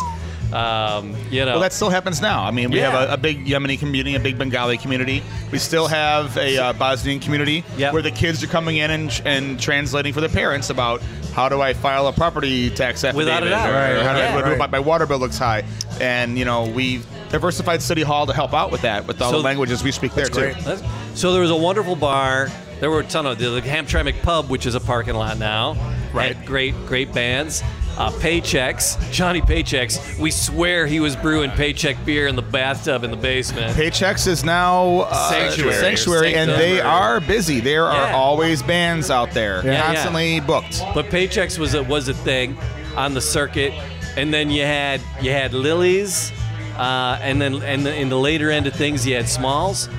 S4: Um, you know,
S5: Well, that still happens now. I mean, we
S4: Yeah.
S5: have a, a big Yemeni community, a big Bengali community. We still have a uh, Bosnian community
S4: Yep.
S5: where the kids are coming in and, and translating for their parents about how do I file a property tax affidavit
S4: Without a doubt.
S5: or
S4: Right,
S5: how do
S4: yeah,
S5: I,
S4: right.
S5: my, my water bill looks high. And, you know, we diversified City Hall to help out with that, with all
S4: So-
S5: the languages we speak there, too.
S4: That's- so there was a wonderful bar. There were a ton of the Hamtramck Pub, which is a parking lot now.
S5: Right.
S4: Had great, great bands. Uh, paychecks, Johnny Paychecks. We swear he was brewing paycheck beer in the bathtub in the basement.
S5: Paychecks is now uh,
S4: Sanctuary.
S5: sanctuary, and
S4: Sanctuary.
S5: they are busy. There are
S4: Yeah.
S5: always bands out there,
S4: yeah.
S5: constantly booked.
S4: but paychecks was a, was a thing on the circuit, and then you had you had Lilies, uh, and then and the, in the later end of things you had Smalls.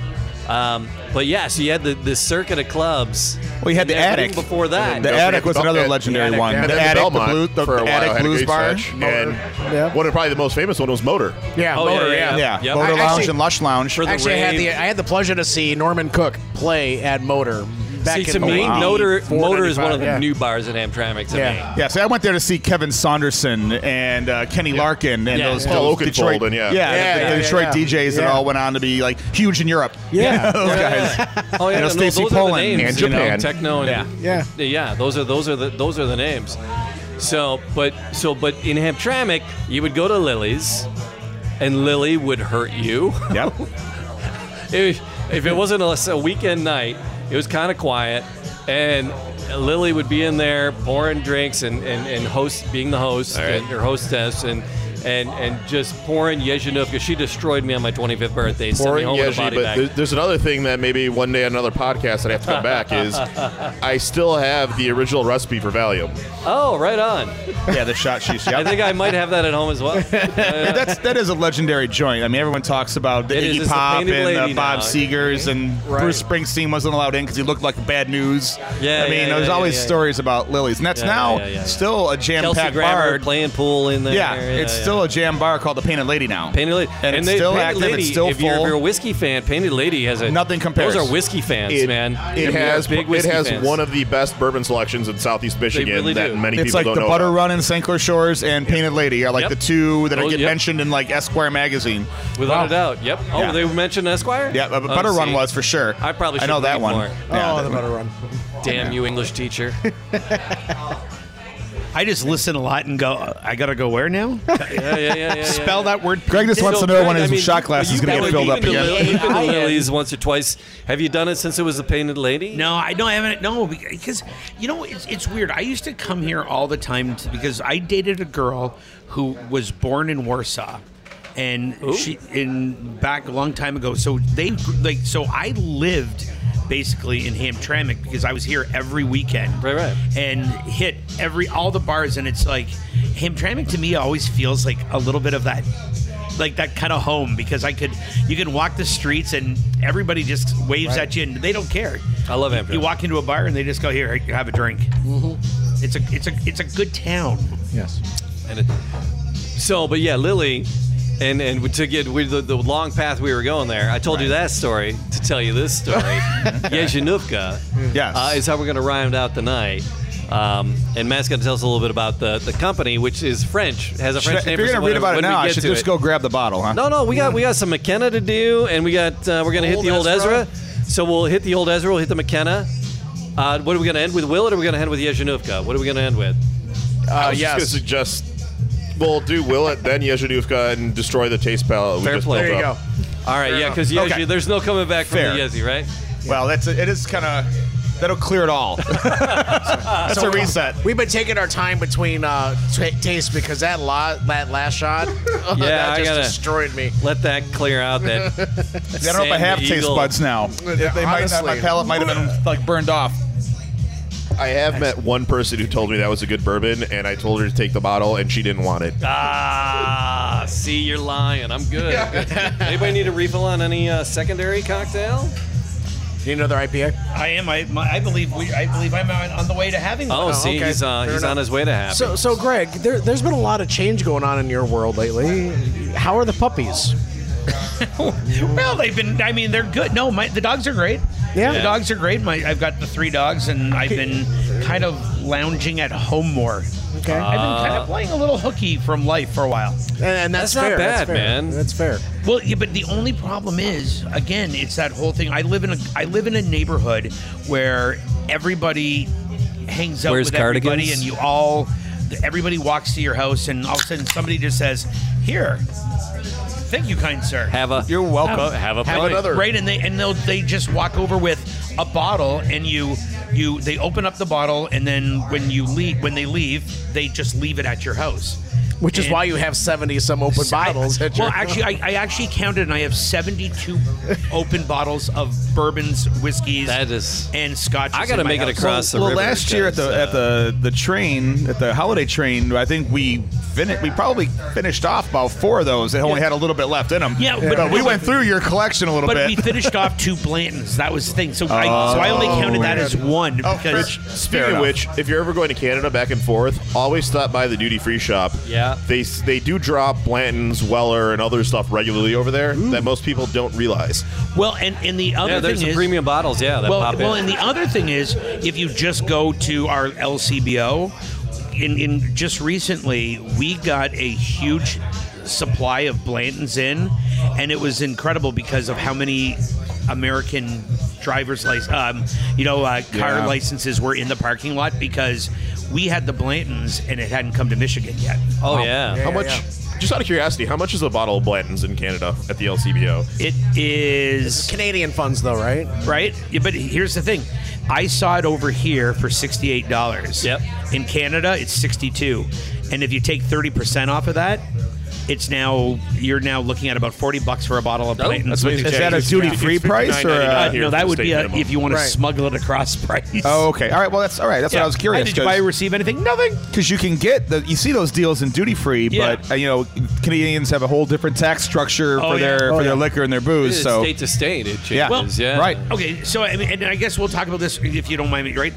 S4: Um, but yeah, so you had the, the circuit of clubs.
S5: We had
S4: And
S5: the
S4: then
S5: attic.
S4: before that.
S5: The
S6: Don't
S5: attic
S6: forget
S5: was
S6: the
S5: another
S6: Buckhead.
S5: legendary
S2: The attic,
S5: one.
S2: yeah.
S6: And
S5: The
S6: then
S5: attic, the,
S6: Belmont
S5: blue, the
S6: for a while had
S5: attic
S6: a
S5: blues
S6: great
S5: bar.
S6: stretch. and one of probably the most famous one was Motor.
S2: Yeah.
S4: Oh, yeah,
S2: motor,
S4: yeah, yeah.
S5: Yeah,
S4: Yep.
S5: Motor
S2: I-
S5: Lounge
S2: actually-
S5: and Lush Lounge.
S4: For the
S2: Actually, I had
S4: rave.
S2: the I had the pleasure to see Norman Cook play at Motor back
S4: See,
S2: in
S4: to me,
S2: '94,
S4: Motor, Motor is one of the
S2: 95, yeah.
S4: new bars in Hamtramck to
S2: Yeah.
S4: me.
S5: yeah, so I went there to see Kevin Saunderson and uh, Kenny Larkin and
S4: Yeah.
S5: those,
S4: Paul
S5: those
S6: Oakenfold
S5: Detroit,
S6: and yeah.
S5: yeah,
S2: Yeah,
S5: the- the,
S2: yeah, yeah,
S5: Detroit
S2: yeah.
S5: DJs that
S2: Yeah.
S5: all went on to be like huge in Europe.
S2: Yeah.
S5: those guys.
S4: Oh yeah,
S5: You know,
S4: no,
S5: Stacey
S4: those are the
S5: Poland
S4: names,
S5: and
S4: you know,
S5: Japan.
S4: techno, and
S5: Yeah.
S2: Yeah.
S4: yeah. Those are those are the those are the names. So, but so, but in Hamtramck, you would go to Lily's, and Lily would hurt you.
S5: Yep.
S4: if, if it wasn't a, a weekend night, it was kind of quiet, and Lily would be in there pouring drinks and and, and host being the host and her hostess and. And, and just pouring Yezhinov because she destroyed me on my 25th birthday. sent me
S6: Pouring
S4: home with a
S6: Yeji,
S4: body
S6: but
S4: bag.
S6: there- there's another thing that maybe one day on another podcast that I have to come back is I still have the original recipe for Valium.
S4: Oh, right on.
S5: yeah, the shot she's.
S4: I
S5: Yep.
S4: think I might have that at home as well.
S5: Yeah, that's that is a legendary joint. I mean, everyone talks about the
S4: It is.
S5: Iggy
S4: It's the
S5: Pop
S4: Painted
S5: and
S4: Lady
S5: uh, Bob
S4: now.
S5: Seger's and Bruce Springsteen wasn't allowed in because he looked like bad news.
S4: Yeah,
S5: I mean,
S4: yeah,
S5: there's
S4: yeah,
S5: always
S4: yeah, yeah.
S5: stories about Lilies, and that's
S4: Yeah,
S5: now
S4: yeah, yeah, yeah.
S5: still a
S4: Kelsey
S5: jam-packed
S4: Grammer
S5: bar.
S4: playing pool in there.
S5: Yeah, it's still still a jam bar called the Painted Lady now.
S4: Painted Lady,
S5: And it's still
S4: Painted
S5: active, it's
S4: Lady,
S5: still
S4: if You're, if
S5: full.
S4: you're a whiskey fan, Painted Lady has a
S5: Nothing compares.
S4: Those are whiskey fans,
S6: It,
S4: man.
S6: it
S4: We are
S6: has
S4: big
S6: it
S4: whiskey
S6: has
S4: fans.
S6: one of the best bourbon selections in Southeast Michigan
S4: really
S6: that
S4: do.
S6: many
S5: It's
S6: people
S5: like
S6: don't
S5: the
S6: know.
S5: Butter
S6: about.
S5: Run in St. Clair Shores and Painted Lady are like
S4: Yep.
S5: the two that
S4: Oh,
S5: get
S4: yep.
S5: mentioned in like Esquire magazine.
S4: without a doubt. Yep. Oh,
S5: Yeah.
S4: they mentioned Esquire.
S5: Yeah, but
S4: Oh,
S5: Butter Run
S4: see.
S5: was for sure.
S4: I probably
S5: I know
S4: should
S5: that
S4: read
S5: one.
S4: more.
S5: Yeah,
S2: oh,
S5: that-
S2: the better run.
S4: Damn you, English teacher.
S9: I just listen a lot and go. I gotta go where now?
S4: Yeah, yeah, yeah. yeah, yeah.
S9: Spell that word.
S5: Greg just wants to know
S4: Greg,
S5: when his
S4: I mean,
S5: shot glass
S4: you
S5: is going to
S4: probably-
S5: get
S4: you've
S5: filled up
S4: been to
S5: again.
S4: Lil- You've been to Lily's once or twice. Have you done it since it was the Painted Lady?
S8: No, I no, I haven't. No, because you know it's, it's weird. I used to come here all the time t- because I dated a girl who was born in Warsaw, and she in back a long time ago. So they gr- like so I lived basically in Hamtramck because I was here every weekend,
S4: Right, right.
S8: and hit every all the bars, and it's like Hamtramck to me always feels like a little bit of that. Like that kind of home because I could, you can walk the streets and everybody just waves at you and they don't care.
S4: I love Amsterdam.
S8: You walk into a bar and they just go here, have a drink. It's a it's a it's a good town.
S2: Yes.
S4: And it, so, but yeah, Lily, and and to get with the, the long path we were going there, I told you that story to tell you this story. Yezhinivka
S5: Yes.
S4: uh, is how we're going to round out the night. Um, and Matt's going to tell us a little bit about the, the company, which is French, has a
S5: Should
S4: French
S5: I- if
S4: name.
S5: you're
S4: for
S5: going to read
S4: whatever-
S5: about it
S4: when we
S5: now, I
S4: get
S5: should
S4: to
S5: just
S4: it.
S5: go grab the bottle, huh?
S4: No, no, we got we got some McKenna to do, and we got uh, we're gonna hit
S2: Old
S4: the old Ezra.
S2: Ezra.
S4: So we'll hit the old Ezra. We'll hit the McKenna. Uh, what are we gonna end with? Will it? Or are we gonna end with Yezhinivka? What are we gonna end with?
S6: I
S2: Uh, yes.
S6: was just going to suggest. We'll do Willet, then Yezhinivka, and destroy the taste palette. we
S4: Fair
S6: just
S4: play.
S6: built
S2: There you
S6: up.
S2: go.
S4: All right, yeah, because Yezhi,
S5: Okay.
S4: there's no coming back from
S5: Fair.
S4: the Yezhi, right?
S5: Well, that's it is kind of that'll clear it all. that's a
S4: uh,
S5: reset.
S2: We've been taking our time between uh, t- tastes because that la- that last shot,
S4: Yeah,
S2: that
S4: I
S2: just
S4: gotta-
S2: destroyed me.
S4: Let that clear out. That
S5: I don't know if I
S4: Sand
S5: have
S4: the
S5: taste
S4: Eagle.
S5: buds now. They might not, my
S2: honestly.
S5: palate might have been like burned off.
S6: I have met one person who told me that was a good bourbon, and I told her to take the bottle, and she didn't want it.
S4: ah, see, you're lying. I'm good. Anybody need a refill on any uh, secondary cocktail?
S2: Need another IPA?
S8: I am. I my, I believe we. I believe I'm on, on the way to having.
S4: Oh,
S2: Oh,
S4: see,
S2: okay.
S4: he's uh,
S2: Fair
S4: he's on
S2: enough.
S4: his way to happy.
S2: So, so Greg, there, there's been a lot of change going on in your world lately. How are the puppies?
S4: Oh.
S8: well, they've been. I mean, they're good. No, my the dogs are great.
S2: Yeah.
S8: the dogs are great. My I've got the three dogs, and I've been kind of lounging at home more.
S2: Okay,
S4: Uh,
S8: I've been kind of playing a little hooky from life for a while.
S2: and, and that's,
S4: That's not
S2: fair.
S4: bad,
S2: that's fair.
S4: man.
S2: That's fair.
S8: Well, yeah, but the only problem is, again, it's that whole thing. I live in a I live in a neighborhood where everybody hangs out
S4: Wears
S8: with everybody,
S4: cardigans?
S8: and you all everybody walks to your house, and all of a sudden somebody just says, "Here, thank you, kind sir."
S4: have a
S5: You're welcome.
S4: Have a
S8: Have
S4: pint.
S8: another. Right, and they and they'll they just walk over with a bottle, and you you they open up the bottle, and then when you leave when they leave, they just leave it at your house.
S2: Which is
S8: And-
S2: why you have 70 some open
S8: I-
S2: bottles. at your-
S8: well, actually, I, I actually counted, and I have seventy-two open bottles of bourbons, whiskeys,
S4: That is-
S8: and scotch.
S4: I gotta make it across the
S5: well,
S4: river.
S5: last year at the
S4: 'cause,
S5: at the the train at the holiday train, I think we finished. We probably finished off about four of those. They only had a little bit left in them.
S8: Yeah, but-
S5: we went through your collection a little
S8: But
S5: bit.
S8: we finished off two Blantons. That was the thing. So, I, so I only counted that as one
S5: Oh,
S8: because
S5: fair- fair
S6: Speaking of
S5: enough.
S6: which, if you're ever going to Canada back and forth, always stop by the duty free shop.
S4: Yeah.
S6: They they do drop Blanton's, Weller, and other stuff regularly over there that most people don't realize.
S8: well, and and the
S4: yeah,
S8: other uh, thing
S4: there's some
S8: is
S4: premium bottles. Yeah, that
S8: well,
S4: pop
S8: well,
S4: in.
S8: and the other thing is, if you just go to our LCBO, in, in just recently we got a huge supply of Blantons in, and it was incredible because of how many American driver's license, um, you know, uh, car
S5: Yeah.
S8: licenses were in the parking lot because we had the Blantons and it hadn't come to Michigan yet.
S4: oh yeah.
S6: how much? Just out of curiosity, how much is a bottle of Blanton's in Canada at the LCBO?
S8: It is
S2: Canadian funds, though, right?
S8: right? Yeah, but here's the thing. I saw it over here for $68.
S4: Yep.
S8: In Canada, it's 62. And if you take 30% off of that, it's now you're now looking at about 40 bucks for a bottle of Blanton's. with the
S5: Is
S8: change.
S5: that a duty free price or?
S8: uh,
S6: $59.99
S5: A,
S6: here
S8: no,
S6: for the
S8: that would be
S6: state
S8: a,
S6: minimum.
S8: if you want to
S2: Right.
S8: smuggle it across price.
S5: oh, okay. All right. Well, that's all right. That's what I was curious.
S8: Did you
S5: 'cause-
S8: buy or receive anything? Nothing.
S5: Because you can get the you see those deals in duty free,
S8: Yeah.
S5: but uh, you know Canadians have a whole different tax structure
S8: Oh,
S5: for
S8: yeah.
S5: their
S8: Oh,
S5: for their
S8: yeah.
S5: liquor and their booze.
S4: It's
S5: so
S4: state to state, it
S5: yeah,
S4: changes. Yeah,
S5: right.
S8: Okay, so I mean, and I guess we'll talk about this if you don't mind me, right?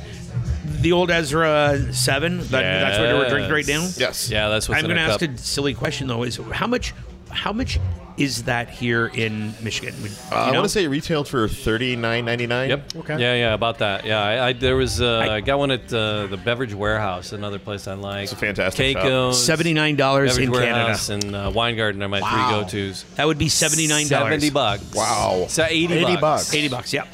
S8: the old Ezra Seven. That, That's what we're drinking right now.
S4: Yes. Yeah, that's what's
S8: I'm
S4: in
S8: going to
S4: our
S8: ask
S4: cup.
S8: a silly question though: Is how much? How much is that here in Michigan? Would-
S6: Uh,
S8: you
S6: I
S8: know?
S6: want to say it retailed for thirty nine ninety nine.
S4: Yep. Okay. Yeah, yeah, about that. Yeah, I, I there was uh, I, got one at uh, the Beverage Warehouse, another place I like. It's a
S6: fantastic shop.
S4: Keiko's,
S8: $79 in
S4: Beverage Warehouse and uh, Wine Garden are my
S8: Wow.
S4: three go-tos.
S8: That would be $79.
S4: Seventy bucks.
S6: Wow.
S4: So eighty,
S8: 80
S4: bucks.
S8: Eighty bucks. Yep.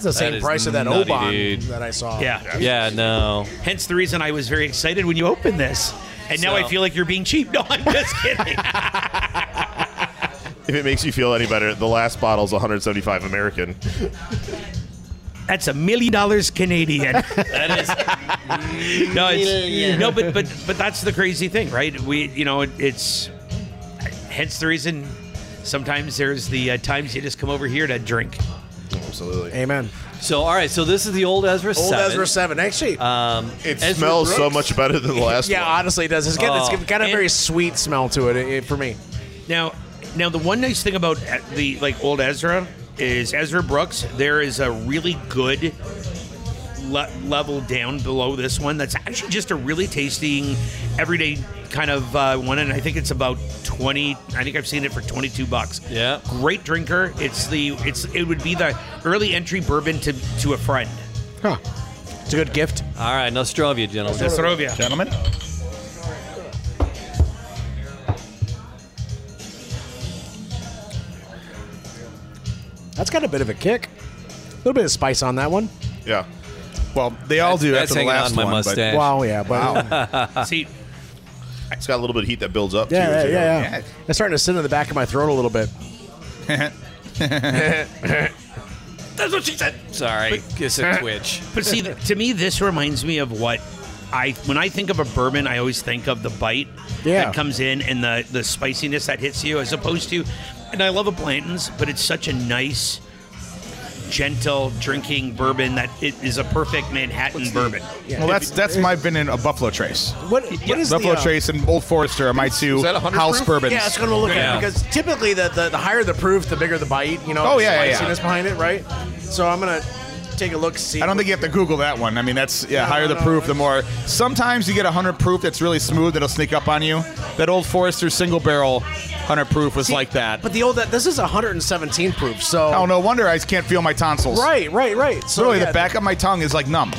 S2: It's the same
S4: is
S2: price of that
S4: nutty,
S2: Oban
S4: dude.
S2: that I saw.
S8: Yeah.
S4: Yeah. No.
S8: Hence the reason I was very excited when you opened this, and now
S4: So-
S8: I feel like you're being cheap. No, I'm just kidding.
S6: If it makes you feel any better, the last bottle's one hundred seventy five American.
S8: That's a million dollars Canadian.
S4: That is.
S8: no, it's, no, but but but that's the crazy thing, right? We, you know, it, it's hence the reason. Sometimes there's the uh, times you just come over here to drink.
S6: Absolutely.
S2: Amen.
S4: So all right. So this is the old Ezra.
S2: Old
S4: seven.
S2: Ezra Seven. Actually,
S4: Um,
S6: It
S4: Ezra
S6: smells so
S4: Brooks.
S6: much better than the last
S2: yeah,
S6: one.
S2: honestly, it does. It's got,
S4: Oh.
S2: it's got a
S8: And-
S2: very sweet smell to it, eh, for me.
S8: Now, now the one nice thing about uh, the like old Ezra is Ezra Brooks. There is a really good le- level down below this one. That's actually just a really tasting, everyday kind of uh, one, and I think it's about twenty. I think I've seen it for twenty two bucks.
S4: Yeah.
S8: great drinker. It's the it's it would be the early entry bourbon to to a friend.
S2: Huh. It's a good gift.
S4: All right, Nostrovia, gentlemen.
S8: Nostrovia.
S5: Gentlemen,
S2: That's got a bit of a kick. A little bit of spice on that one.
S6: Yeah.
S5: well, they all do
S4: That's
S5: after the
S4: hanging
S5: last
S4: on my
S5: one. but-
S4: mustache.
S2: Wow, yeah, but
S8: See,
S6: It's got a little bit of heat that builds up.
S2: yeah, yeah,
S6: too,
S2: yeah,
S5: Yeah.
S2: yeah. It's starting to sit in the back of my throat a little bit.
S8: that's what she said.
S4: Sorry, it's a twitch.
S8: But see, th- to me, this reminds me of what I when I think of a bourbon, I always think of the bite
S2: Yeah.
S8: that comes in and the the spiciness that hits you, as opposed to. And I love a Blanton's, but it's such a nice, gentle drinking bourbon that it is a perfect Manhattan bourbon.
S5: Well, that's that's my been in a Buffalo Trace.
S2: What, what is
S5: Buffalo
S2: the, uh,
S5: Trace and Old Forester are my two
S6: Is that 100
S5: house
S6: proof?
S5: bourbons.
S2: Yeah, it's going to look at
S4: Yeah.
S2: it because typically the, the, the higher the proof, the bigger the bite. You know,
S5: Oh,
S2: the
S5: yeah, yeah, yeah.
S2: spiciness behind it, right? So I'm going to take a look, see.
S5: I don't think you have to Google that one. I mean, that's yeah. higher the
S2: no,
S5: proof, the more. Sometimes you get a hundred proof that's really smooth that'll sneak up on you. That Old Forester single barrel hundred proof was
S2: See,
S5: like that.
S2: But the old, this is 117 proof, so.
S5: oh no wonder I just can't feel my tonsils.
S2: Right, right, right. So
S5: Literally, the back of my tongue is like numb.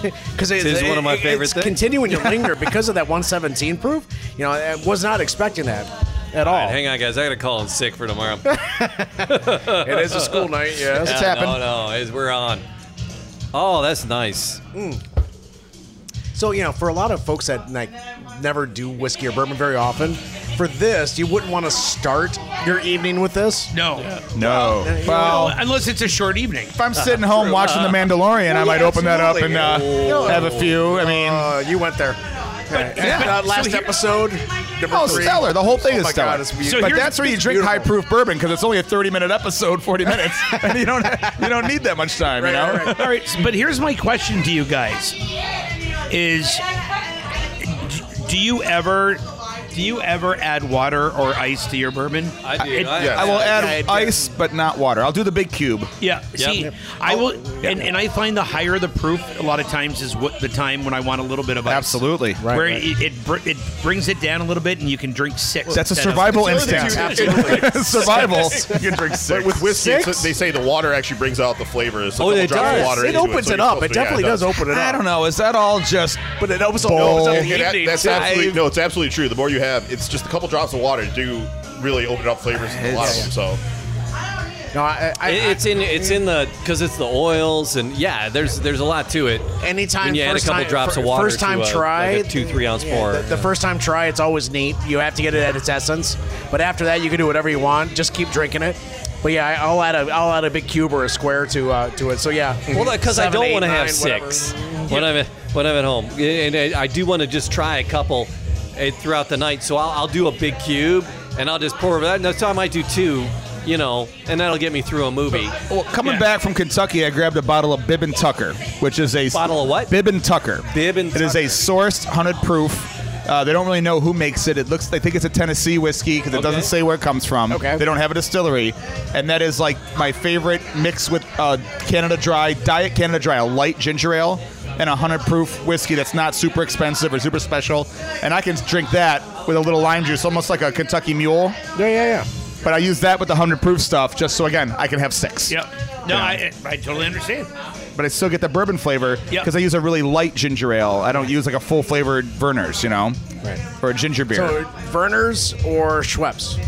S2: because it,
S4: Tis one of my
S2: it-
S4: favorite
S2: it's
S4: things.
S2: Continuing to linger because of that 117 proof. You know, I was not expecting that at all.
S4: All right, hang on, guys. I gotta call in sick for tomorrow.
S2: it is a school night, yes.
S5: It's
S4: Yeah,
S5: happened.
S4: No, no, it's, we're on. Oh, that's nice.
S2: So you know, for a lot of folks that like never do whiskey or bourbon very often, for this you wouldn't want to start your evening with this.
S8: No,
S5: No. Well,
S8: unless it's a short evening.
S5: if I'm sitting home watching The Mandalorian,
S2: Oh,
S5: I might open that up and uh, have a few. I mean,
S2: Uh, you went there. Yeah.
S5: but-
S2: Uh,
S5: so
S2: last
S5: here-
S2: episode, number
S5: oh,
S2: three.
S5: stellar! The whole thing
S2: Oh
S5: is
S2: my
S5: stellar.
S2: God, it's beautiful.
S8: So
S5: but
S8: here's-
S5: that's where you
S2: it's
S5: drink high
S2: beautiful.
S5: proof bourbon because it's only a 30 minute episode, 40 minutes, and you don't you don't need that much time.
S2: Right,
S5: you know.
S2: right, right.
S8: All right, s- but here's my question to you guys: Is d- do you ever do you ever add water or ice to your bourbon?
S4: I do.
S8: It-
S4: I,
S5: I will add
S2: yeah, it-
S5: ice, but not water. I'll do the big cube.
S8: Yeah.
S4: Yep.
S8: See,
S4: Yep.
S8: I will,
S5: Oh,
S8: and, and I find the higher the proof, a lot of times is what the time when I want a little bit of ice.
S5: Absolutely.
S2: Right,
S8: Where
S2: right.
S8: It, it br- it brings it down a little bit, and you can drink six.
S5: That's a
S8: instead of-
S5: survival
S6: It's only the
S5: instinct.
S6: two-
S2: Absolutely.
S5: survival. You can drink six.
S6: But with whiskey, it's-
S2: Six?
S6: they say the water actually brings out the flavor. So
S4: Oh,
S6: a couple
S4: it
S6: drops of
S4: does.
S6: Water
S2: it
S6: into
S2: opens
S6: so
S2: it
S6: you're
S2: up.
S6: supposed
S2: It
S6: to- yeah,
S2: definitely does open it up.
S5: I don't know. Is that all just?
S2: but it opens
S5: Bowl.
S2: up.
S6: Yeah, Oh, that- that's absolutely
S5: I've-
S6: no. It's absolutely true. The more you have, it's just a couple drops of water do really open up flavors in a lot of them. So
S2: No, I, I,
S4: It- it's in it's in the because it's the oils and yeah there's there's a lot to it.
S2: Anytime
S4: When you add a
S2: first
S4: couple
S2: time-
S4: drops of
S2: fir-
S4: water,
S2: first time
S4: to a,
S2: try,
S4: like a two three ounce
S2: Yeah,
S4: pour.
S2: The, the first time try, it's always neat. You have to get it at its essence, but after that, you can do whatever you want. Just keep drinking it. But yeah, I- I'll add a I'll add a big cube or a square to uh, to it. So yeah,
S4: Well, because I
S2: Seven,
S4: don't
S2: eight,
S4: want to have
S2: nine,
S4: six
S2: whatever.
S4: when I'm at, when I'm at home, and I I do want to just try a couple eh, throughout the night. So I'll, I'll do a big cube and I'll just pour over that. And so I might do two, you know, and that'll get me through a movie.
S5: Well, coming
S8: Yeah.
S5: back from Kentucky, I grabbed a bottle of Bibb and Tucker, which is a
S4: Bottle of what?
S5: Bibb and Tucker.
S4: Bibb and
S5: It is a
S4: Tucker.
S5: sourced, hundred proof. Uh, they don't really know who makes it. It looks. They think it's a Tennessee whiskey because it doesn't
S4: Okay.
S5: say where it comes from.
S2: Okay.
S5: They don't have a distillery, and that is like my favorite mix with uh, Canada Dry, Diet Canada Dry, a light ginger ale. and 100 proof whiskey that's not super expensive or super special, and I can drink that with a little lime juice, almost like a Kentucky Mule.
S2: Yeah, yeah, yeah.
S5: But I use that with the 100 proof stuff just so again I can have six.
S8: Yep. No, I, I totally understand.
S5: But I still get the bourbon flavor because
S8: Yep.
S5: I use a really light ginger ale. I don't use like a full flavored Verner's, you know,
S2: Right.
S5: or a ginger beer.
S2: So Verner's or Schweppes?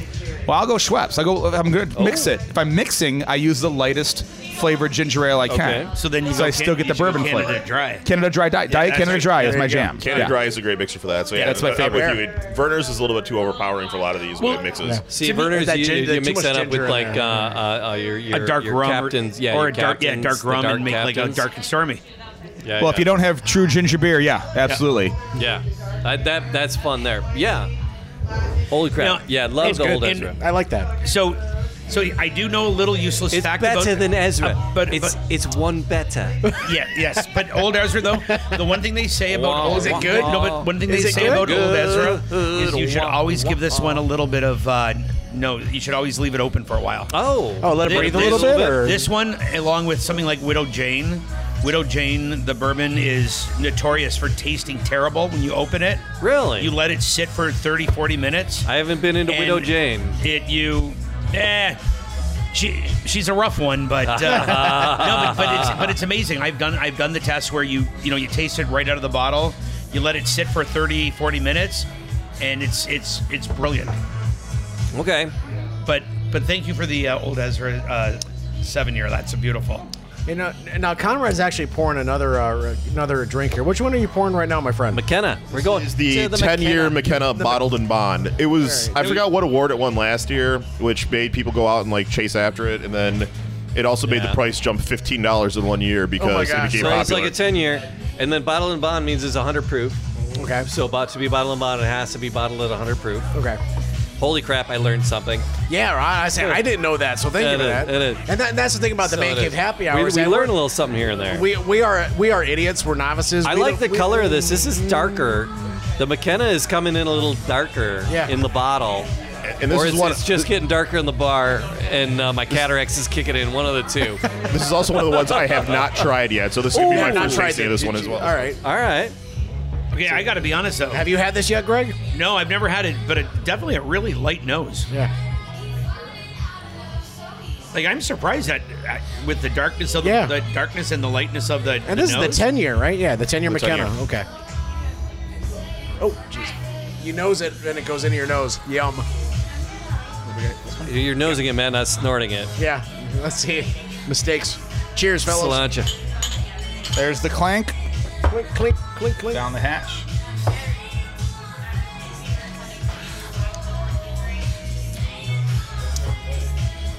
S5: Well, I'll go Schweppes. I go. I'm good. Mix it. If I'm mixing, I use the lightest flavored ginger ale I can.
S4: Okay.
S8: So then you
S5: so
S8: go
S5: I still
S8: Can-
S5: get the
S8: you should go
S5: bourbon
S8: Canada
S5: flavor.
S8: Dry.
S5: Canada Dry Diet. Diet
S8: that's
S5: Canada
S8: right.
S5: Dry is
S2: There
S5: my
S2: you go.
S5: jam.
S6: Canada Dry is a great mixer for that. So yeah,
S5: that's my
S6: I'm with
S5: favorite.
S6: you. Verner's is a little bit too overpowering for a lot of these
S8: Well,
S6: mixes.
S4: See,
S2: To me,
S4: Verner's,
S2: that
S4: you,
S2: gin-
S4: you
S2: too
S4: mix
S2: much
S4: that up
S2: ginger in
S4: with like uh,
S2: there.
S4: uh, uh, your, your
S8: a dark
S4: your
S8: rum
S4: captains, yeah,
S8: or
S4: your
S8: a dark yeah
S4: captains,
S8: dark
S4: the
S8: rum and make like a
S4: captains.
S8: dark and stormy.
S4: Yeah,
S5: Well, if
S4: yeah.
S5: you don't have true ginger beer, yeah, absolutely.
S4: yeah, I, that that's fun there. Yeah, holy crap,
S8: No,
S4: yeah, love
S8: it's
S4: the
S8: good.
S4: old
S8: And-
S4: Ezra.
S2: I like that.
S8: So, so I do know a little useless
S4: It's
S8: fact
S4: better
S8: about,
S4: than Ezra,
S8: uh, but
S4: it's
S8: but-
S4: it's one better.
S8: yeah, yes, but old Ezra though, the one thing they say about
S4: Wow.
S8: old,
S4: Is it good?
S8: No, but one thing
S4: Is
S8: they
S4: it
S8: say
S4: good?
S8: about old Ezra
S4: Good.
S8: is you should always give this one a little bit of uh, no. You should always leave it open for a while.
S4: Oh,
S2: Oh, let it
S8: This-
S2: breathe a
S8: this-
S2: little bit. Or?
S8: This one, along with something like Widow Jane. Widow Jane, the bourbon is notorious for tasting terrible when you open it.
S4: Really?
S8: You let it sit for 30, 40 minutes.
S4: I haven't been into
S8: And
S4: Widow Jane.
S8: It you, eh? She, she's a rough one, but uh, no, but, but it's but it's amazing. I've done I've done the test where you you know you taste it right out of the bottle, you let it sit for 30, 40 minutes, and it's it's it's brilliant.
S4: Okay,
S8: But but thank you for the uh, old Ezra uh, seven year. That's beautiful.
S2: And, uh, now Conrad's actually pouring another uh, another drink here. Which one are you pouring right now, my friend?
S4: McKenna, we're going
S6: is
S4: to
S6: the, 10 year McKenna bottled and bond. It was, I forgot what award it won last year, which made people go out and like chase after it. And then it also made
S4: Yeah.
S6: the price jump $15 in one year because it
S2: gosh.
S6: became
S4: So
S6: popular.
S4: it's like a 10 year, and then bottle and bond means it's 100 proof.
S2: Okay.
S4: So about to be bottle and bond, it has to be bottled at 100 proof.
S2: Okay.
S4: Holy crap! I learned something.
S2: Yeah, right. I said I didn't know that, so thank
S4: Yeah,
S2: you for
S4: it
S2: that.
S4: is, it is.
S2: And, that, and that's the thing about the
S4: So
S2: man
S4: it
S2: cave
S4: is.
S2: happy
S4: We-
S2: hours.
S4: We,
S2: that
S4: learn
S2: we're-
S4: a little something here and there.
S2: We, we are we are idiots. We're novices.
S4: I
S2: We
S4: like
S2: don't-
S4: the
S2: we-
S4: color of this. This is darker. The McKenna is coming in a little darker
S2: Yeah.
S4: in the bottle.
S6: and this
S4: or
S6: is
S4: it's,
S6: one.
S4: it's just getting darker in the bar, and uh, my cataracts is kicking in. One of the two.
S6: This is also one of the ones I have not tried yet. So this is
S2: Ooh,
S6: gonna be
S2: I've
S6: my
S2: not
S6: first
S2: tried
S6: tasting of this
S2: Did
S6: one as
S2: you-
S6: well.
S2: All right.
S4: All right.
S8: Okay, I got to be honest though.
S2: Have you had this yet, Greg?
S8: No, I've never had it, but it, definitely a really light nose.
S2: Yeah.
S8: Like I'm surprised that uh, with the darkness of the,
S2: Yeah.
S8: the darkness and the lightness of the
S2: And this
S8: nose,
S2: is the ten year, right? Yeah, the ten year
S6: The 10
S2: McKenna.
S6: year.
S2: Okay. Oh, jeez. You nose it, and it goes into your nose. Yum.
S4: You're nosing it, man, not snorting it.
S2: Yeah. Let's see. Mistakes. Cheers, fellas.
S4: Cilantro.
S5: There's the clank
S2: Clink, clink, clink, clink.
S5: down the hatch.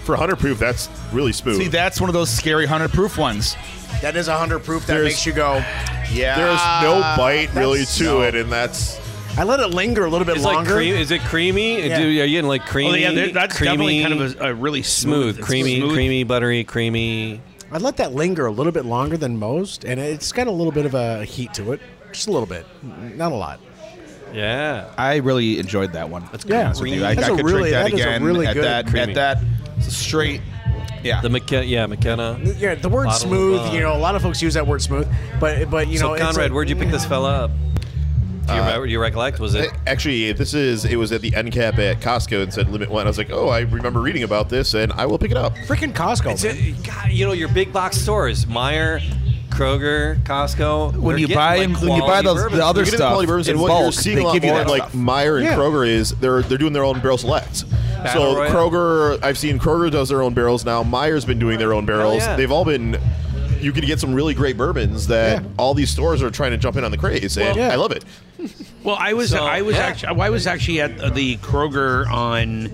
S6: For 100 proof, that's really smooth.
S5: See, that's one of those scary hundred proof ones.
S2: That is hundred proof. That
S6: There's-
S2: makes you go.
S5: Yeah.
S6: There's no bite really
S2: that's-
S6: to
S2: no.
S6: it, and that's
S2: I let it linger a little bit
S4: It's like
S2: longer.
S4: cream. Is it creamy?
S2: Yeah.
S4: Do, are you getting like creamy?
S8: Well, Oh, yeah, there- that's
S4: creamy,
S8: definitely kind of a, a really smooth,
S4: smooth,
S8: it's
S4: creamy,
S8: smooth.
S4: creamy, buttery, creamy.
S2: I let that linger a little bit longer than most, and it's got a little bit of a heat to it. Just a little bit, not a lot.
S4: Yeah.
S5: I really enjoyed that one. That's
S2: Yeah.
S5: I, I
S2: That's a
S5: could
S2: really-
S5: drink that,
S2: that is a
S5: again
S2: really
S5: at
S2: good
S5: that
S4: creamy.
S5: at that straight. Yeah.
S4: The McKenna. Yeah, McKenna.
S2: Yeah, the word
S4: Bottle of
S2: smooth.
S4: wine.
S2: You know, a lot of folks use that word smooth, but but you
S4: So
S2: know, it's
S4: Conrad,
S2: a-
S4: where'd you pick this fella up? Do you remember? Do you recollect? Was it?
S6: actually this is it was at the end cap at Costco and said limit one. I was like, oh, I remember reading about this, and I will pick it up.
S2: Freaking Costco.
S4: It's
S2: man.
S4: a, God, you know your big box stores, Meyer, Kroger, Costco.
S5: When
S4: they're
S5: you
S4: getting,
S5: buy
S4: like,
S5: when you buy
S4: quality
S5: those
S4: bourbons.
S5: the other
S6: You're getting
S5: stuff
S6: quality bourbons,
S5: in
S6: and what
S5: bulk,
S6: you're seeing
S5: they
S6: a lot
S5: give you
S6: more
S5: that
S6: in, like
S5: stuff.
S6: Meyer and
S2: Yeah.
S6: Kroger is they're they're doing their own barrel selects.
S4: Battle
S6: so
S4: Royale.
S6: Kroger, I've seen Kroger does their own barrels now. Meyer's been doing their own barrels.
S4: yeah.
S6: They've all been. You can get some really great bourbons that all these stores are trying to jump in on the craze, and
S2: Well, yeah.
S6: I love it.
S8: Well, I was
S4: So,
S8: I was
S4: yeah.
S8: actually I was actually at the Kroger on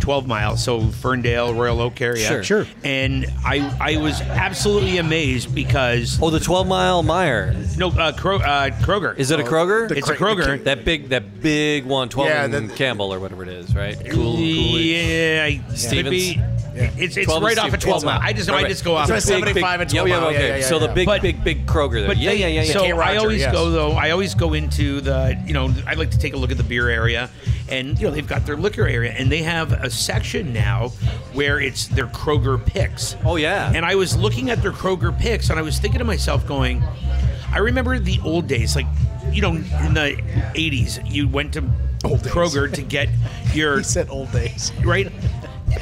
S8: 12 Mile, so Ferndale, Royal Oak area.
S4: Sure.
S2: Sure.
S8: And I I was absolutely amazed because
S4: Oh, the Twelve Mile Meyer.
S8: no uh, Kro, uh, Kroger
S4: Is it a
S2: Oh,
S4: Kroger?
S8: It's a Kroger.
S4: that big, that big one, Twelve
S2: Yeah,
S4: and
S2: that-
S4: Campbell or whatever it is, right? Cool,
S8: yeah, I- could
S4: Stevens?
S8: be- It's, it's
S4: 12
S8: right
S4: and
S8: off of
S4: Stevens.
S8: 12 Mile.
S4: It's-
S8: I just know I
S4: right.
S8: just go off.
S2: It's
S8: of
S2: a 75 and
S4: yeah,
S2: 12 mile.
S4: yeah,
S2: Yeah,
S4: okay.
S2: yeah, yeah,
S4: so the
S2: yeah.
S4: big,
S8: But-
S4: big, big Kroger there.
S8: But
S4: yeah,
S8: they-
S4: yeah, yeah, yeah.
S8: So
S2: K.
S8: I
S2: Roger,
S8: always
S2: yes.
S8: go though. I always go into the you know I like to take a look at the beer area, and you know they've got their liquor area, and they have a section now where it's their Kroger picks.
S4: Oh, yeah.
S8: And I was looking at their Kroger picks, and I was thinking to myself, going, I remember the old days, like you know, in the '80s, you went to Kroger to get your
S2: He said old days.
S8: right.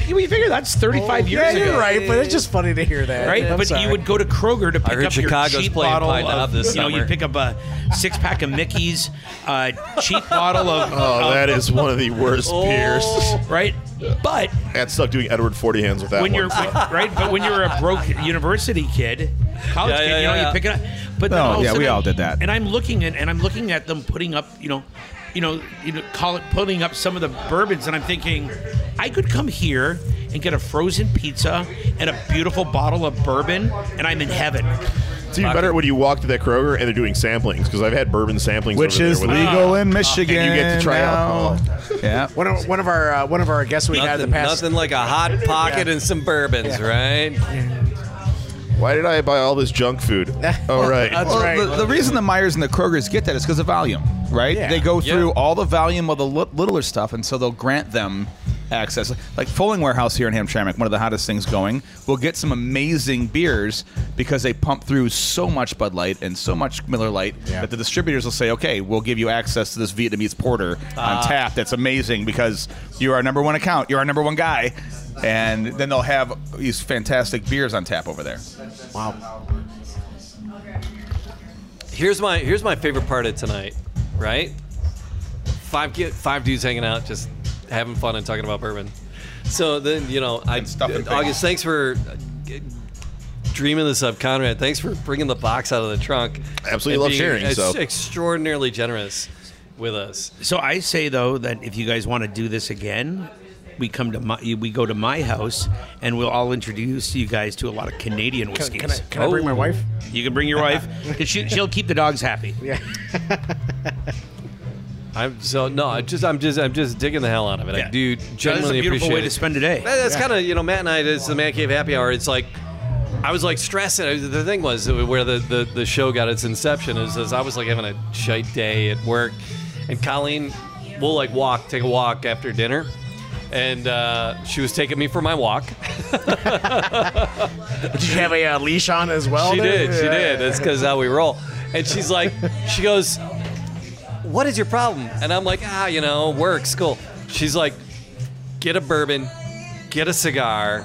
S8: We figure that's 35 years
S2: Oh, yeah,
S8: ago.
S2: you're right, but it's just funny to hear that.
S8: right?
S2: I'm
S8: but
S2: sorry.
S8: you would go to Kroger to pick
S4: heard
S8: up
S4: Chicago's
S8: your cheap
S4: playing
S8: bottle
S4: Pine Knob
S8: of,
S4: this
S8: you know, you
S4: summer.
S8: pick up a six pack of Mickey's, uh, cheap bottle of,
S6: Oh,
S8: of-
S6: that is one of the worst beers.
S8: right. But
S6: That stuck doing Edward Forty Hands with that
S8: when
S6: one.
S8: you're when- right, but when you're a broke university kid, college
S4: Yeah,
S8: kid,
S4: yeah,
S8: you know,
S4: yeah.
S8: you pick it up. But then
S5: No,
S8: of a
S5: yeah, we
S8: sudden-
S5: all did that.
S8: And I'm looking at and I'm looking at them putting up, you know, you know, you know, call it putting up some of the bourbons, and I'm thinking, I could come here and get a frozen pizza and a beautiful bottle of bourbon, and I'm in heaven.
S6: it's even better when you walk to that Kroger and they're doing samplings because I've had bourbon samplings,
S5: which
S6: over
S5: is
S6: there with
S5: legal in Michigan.
S6: And you get to try
S5: now.
S6: alcohol.
S5: Yeah.
S2: One of, one of our uh, one of our guests we had in
S4: Nothing,
S2: the past.
S4: nothing like a hot pocket and some bourbons, right?
S6: Why did I buy all this junk food? All right.
S2: That's right.
S5: Well, the, the reason the Myers and the Krogers get that is because of volume, right?
S2: Yeah.
S5: They go
S4: Yeah.
S5: through all the volume of the li- littler stuff, and so they'll grant them access. Like Folling Warehouse here in Hamtramck, one of the hottest things going, will get some amazing beers because they pump through so much Bud Light and so much Miller Light that the distributors will say, okay, we'll give you access to this Vietnamese porter
S2: Ah.
S5: on tap that's amazing because you're our number one account, you're our number one guy. And then they'll have these fantastic beers on tap over there.
S4: Here's my here's my favorite part of tonight, right? Five get five dudes hanging out, just having fun and talking about bourbon. So then you know, I
S5: And stuffing things.
S4: August, thanks for uh, g- dreaming this up, Conrad. Thanks for bringing the box out of the trunk.
S6: Absolutely
S4: and
S6: love
S4: being
S6: sharing,
S4: ex-
S6: so.
S4: extraordinarily generous with us.
S8: So I say though that if you guys want to do this again, we come to my we go to my house and we'll all introduce you guys to a lot of Canadian whiskeys.
S2: can I, can I bring my wife?
S8: You can bring your wife because she, she'll keep the dogs happy.
S4: I'm so no, I just I'm just I'm just digging the hell out of it. I
S8: Yeah.
S4: do
S8: That's
S4: genuinely
S8: a beautiful
S4: appreciate
S8: way
S4: it.
S8: to spend a day.
S4: That- That's kind of you know Matt and I. It's the Man Cave Happy Hour. It's like I was like stressing. The thing was uh, where the the, the show got its inception is, is I was like having a shite day at work, and Colleen will like walk, take a walk after dinner. And uh, she was taking me for my walk.
S2: Did you have a uh, leash on as well?
S4: she
S2: there?
S4: did, she
S2: Yeah.
S4: did. That's because how we roll. And she's like, she goes, "What is your problem?" And I'm like, "Ah, you know, work, school." She's like, "Get a bourbon, get a cigar,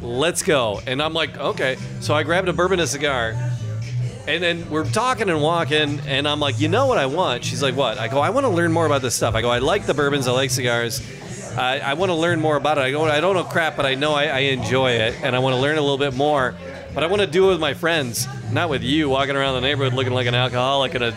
S4: let's go." And I'm like, "Okay." So I grabbed a bourbon, and a cigar, and then we're talking and walking, and I'm like, you know what I want? She's like, what? I go, I want to learn more about this stuff. I go, I like the bourbons, I like cigars. I, I want to learn more about it. I go, I don't know crap, but I know I, I enjoy it, and I want to learn a little bit more. But I want to do it with my friends, not with you walking around the neighborhood looking like an alcoholic and a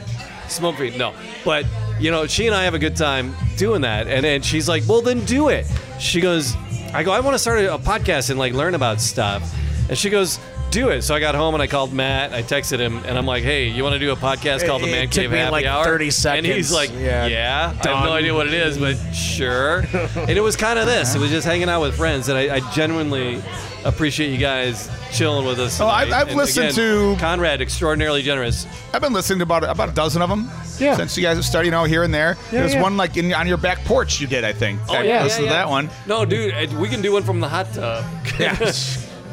S4: smoke free. No, but you know, she and I have a good time doing that, and and she's like, well, then do it. She goes, I go, I want to start a a podcast and like learn about stuff. And she goes, "Do it." So I got home and I called Matt. I texted him and I'm like, "Hey, you want to do a podcast called The
S2: It- it
S4: Man
S2: took
S4: Cave
S2: me
S4: Happy
S2: like
S4: Hour?"
S2: 30
S4: And he's
S2: seconds.
S4: like, "Yeah,
S2: Yeah,
S4: I have no
S2: done.
S4: idea what it is, but sure." and it was kind of this. It was just hanging out with friends, and I, I genuinely appreciate you guys chilling with us.
S5: Oh, I've-
S4: tonight.
S5: I've
S4: And
S5: listened
S4: again,
S5: to-
S4: Conrad, extraordinarily generous.
S5: I've been listening to about about a dozen of them
S2: Yeah.
S5: since you guys have started, you know, here and there. There's
S2: yeah.
S5: one like in, on your back porch you did, I think.
S2: Oh,
S5: I listened to that one.
S4: No, dude, uh, we can do one from the hot tub.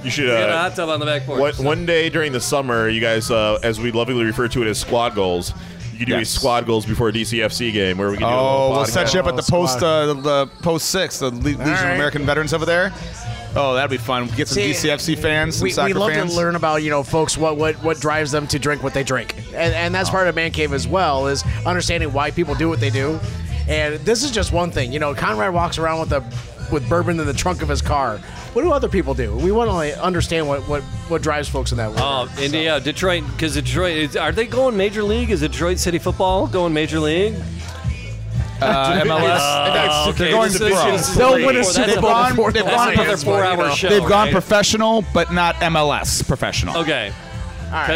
S6: You should.
S4: we got a
S6: Uh,
S4: hot tub on the back porch.
S6: one,
S4: so-
S6: one day during the summer, you guys, uh, as we lovingly refer to it as squad goals, you could do
S5: Yes.
S6: a squad goals before a DCFC game where we can do a
S5: Oh,
S6: little
S5: we'll
S6: podcast.
S5: set you up at the
S2: Oh,
S5: post uh, the, the post six, the Le- Legion of
S2: right.
S5: American Veterans over there. Oh, that'd be fun. Get some
S2: See,
S5: DCFC fans, some
S2: We,
S5: soccer
S2: we love
S5: fans.
S2: to learn about you know folks what, what what drives them to drink what they drink, and and that's part of man cave as well is understanding why people do what they do, and this is just one thing. You know, Conrad walks around with a with bourbon in the trunk of his car. What do other people do? We want to like, understand what, what what drives folks in that way.
S4: Oh, and yeah, Detroit, because Detroit, is, are they going major league? Is Detroit City football going major league?
S5: Uh, MLS. they're going to pro.
S2: They'll win a Super
S5: They've
S2: Bowl
S5: gone,
S2: before
S5: they've
S2: the
S5: gone,
S2: Lions
S5: prof-
S2: win,
S4: four-hour
S2: you know.
S4: show.
S5: they've gone
S4: right?
S5: professional, but not MLS professional.
S4: Okay.
S2: All right,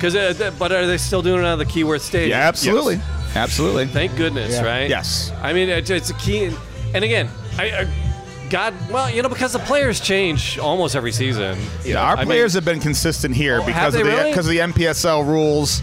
S4: Because,
S2: fair.
S4: uh, th- but are they still doing it out of the Keyworth Stadium?
S5: Yeah, absolutely, absolutely.
S4: Thank goodness, right?
S5: Yes.
S4: I mean, it, it's a key. And again, I, I, God, well, you know, because the players change almost every season.
S5: Yeah, our
S4: I
S5: players
S4: mean,
S5: have been consistent here
S4: Oh, have
S5: because of
S4: they
S5: the
S4: really?
S5: because of the NPSL rules.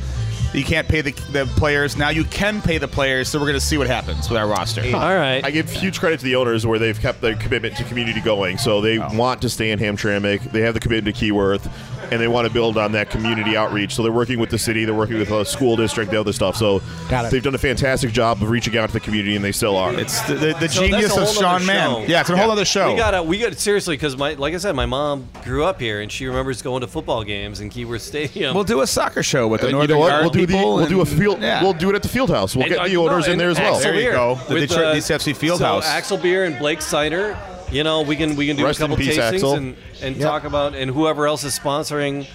S5: You can't pay the, the players now. You can pay the players, so we're going to see what happens with our roster.
S4: all right.
S6: I give huge credit to the owners where they've kept their commitment to community going. So they want to stay in Hamtramck. They have the commitment to Keyworth. and they want to build on that community outreach. So they're working with the city, they're working with a school district, the other stuff. So
S2: Got it.
S6: they've done a fantastic job of reaching out to the community, and they still are.
S5: It's the, the, the
S4: So that's
S5: genius
S4: a whole
S5: of Sean
S4: other
S5: Mann.
S4: show.
S5: Yeah, it's a whole other show.
S4: We gotta, we got seriously because my, like I said, my mom grew up here and she remembers going to football games in Keyworth Stadium.
S5: we'll do a soccer show with the
S6: And you
S5: Northern
S6: know what?
S5: Guard
S6: We'll do the,
S5: people
S6: we'll do a
S5: and-
S6: field.
S5: yeah.
S6: We'll do it at the field house. We'll
S4: uh,
S6: get the owners in there as well.
S5: There you go. The
S4: With, uh,
S5: Detroit East FC Field
S4: so
S5: House.
S4: Axel Beer and Blake Seiner. You know, we can we can do
S6: Rest
S4: a
S6: in
S4: couple
S6: peace,
S4: tastings
S6: Axel.
S4: and, and talk about and whoever else is sponsoring.